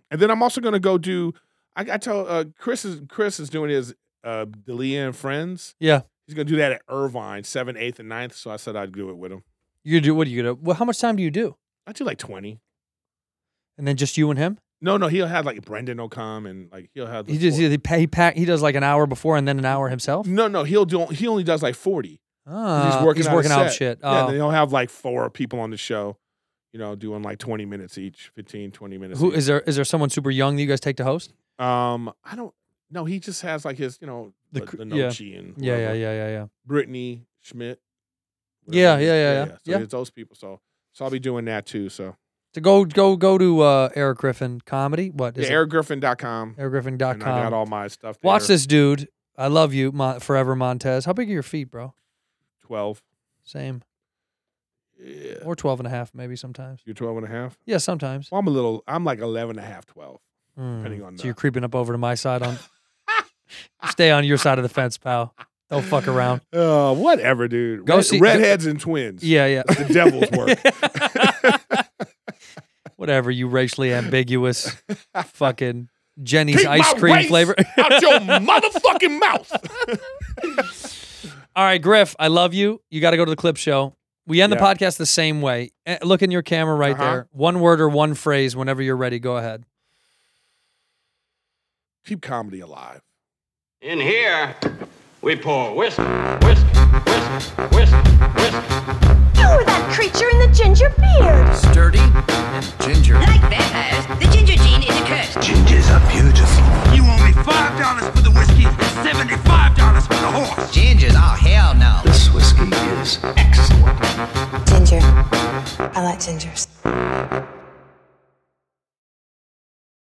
[SPEAKER 9] and then I'm also gonna go do. I, I tell uh, Chris is Chris is doing his uh, Delia and Friends.
[SPEAKER 1] Yeah.
[SPEAKER 9] He's gonna do that at Irvine, seventh, eighth, and 9th, So I said I'd do it with him.
[SPEAKER 1] You do what do you do? Well, how much time do you do?
[SPEAKER 9] I do like twenty.
[SPEAKER 1] And then just you and him.
[SPEAKER 9] No, no, he'll have like Brendan will come and like he'll have. the
[SPEAKER 1] He just
[SPEAKER 9] four-
[SPEAKER 1] he, pa- he pack he does like an hour before and then an hour himself.
[SPEAKER 9] No, no, he'll do. He only does like forty.
[SPEAKER 1] Ah,
[SPEAKER 9] he's working. out, a
[SPEAKER 1] out,
[SPEAKER 9] set.
[SPEAKER 1] shit.
[SPEAKER 9] Yeah,
[SPEAKER 1] Oh.
[SPEAKER 9] then he'll have like four people on the show. You know, doing like twenty minutes each, 15, 20 minutes.
[SPEAKER 1] Who
[SPEAKER 9] each.
[SPEAKER 1] is there? Is there someone super young that you guys take to host?
[SPEAKER 9] Um, I don't. No, he just has like his. You know,
[SPEAKER 1] The
[SPEAKER 9] the,
[SPEAKER 1] cr-
[SPEAKER 9] the
[SPEAKER 1] yeah.
[SPEAKER 9] Nochi and
[SPEAKER 1] Yeah, yeah,
[SPEAKER 9] whoever.
[SPEAKER 1] yeah, yeah, yeah.
[SPEAKER 9] Brittany Schmidt.
[SPEAKER 1] Yeah,
[SPEAKER 9] whatever it is.
[SPEAKER 1] yeah, yeah, yeah.
[SPEAKER 9] So
[SPEAKER 1] Yeah.
[SPEAKER 9] it's those people. So, so I'll be doing that too. So,
[SPEAKER 1] To go go go to uh, Eric Griffin comedy. What
[SPEAKER 9] yeah,
[SPEAKER 1] is it?
[SPEAKER 9] ericgriffin.com.
[SPEAKER 1] EricGriffin.com.
[SPEAKER 9] And I got all my stuff. There.
[SPEAKER 1] Watch this, dude. I love you, Mon- forever, Montez. How big are your feet, bro?
[SPEAKER 9] Twelve.
[SPEAKER 1] Same.
[SPEAKER 9] Yeah.
[SPEAKER 1] Or 12 and a half, maybe sometimes.
[SPEAKER 9] You're 12 and a half?
[SPEAKER 1] Yeah, sometimes.
[SPEAKER 9] Well, I'm a little, I'm like 11 and a half, 12.
[SPEAKER 1] Mm.
[SPEAKER 9] depending on
[SPEAKER 1] so
[SPEAKER 9] the-
[SPEAKER 1] you're creeping up over to my side on. Stay on your side of the fence, pal. Don't fuck around.
[SPEAKER 9] Uh, whatever, dude.
[SPEAKER 1] Go
[SPEAKER 9] Red-
[SPEAKER 1] see-
[SPEAKER 9] redheads and twins.
[SPEAKER 1] Yeah, yeah.
[SPEAKER 9] The devil's work.
[SPEAKER 1] Whatever, you racially ambiguous fucking Jenny's
[SPEAKER 9] Keep
[SPEAKER 1] ice
[SPEAKER 9] my
[SPEAKER 1] cream
[SPEAKER 9] waist
[SPEAKER 1] flavor.
[SPEAKER 9] out your motherfucking mouth.
[SPEAKER 1] All right, Griff, I love you. You got to go to the clip show. We end the
[SPEAKER 9] Yeah.
[SPEAKER 1] podcast the same way. Eh, Look in your camera right
[SPEAKER 9] Uh-huh.
[SPEAKER 1] there. One word or one phrase whenever you're ready. Go ahead.
[SPEAKER 9] Keep comedy alive.
[SPEAKER 2] In here, we pour whisk, whisk, whisk, whisk, whisk.
[SPEAKER 3] You were Oh, that creature in the ginger beard.
[SPEAKER 4] Sturdy ginger.
[SPEAKER 5] Like vampires, the ginger gene is a curse.
[SPEAKER 6] Gingers are beautiful.
[SPEAKER 7] You owe me five dollars for the whiskey and seventy-five dollars for the horse.
[SPEAKER 4] Gingers, oh hell no.
[SPEAKER 6] This whiskey is excellent.
[SPEAKER 8] Ginger. I like gingers.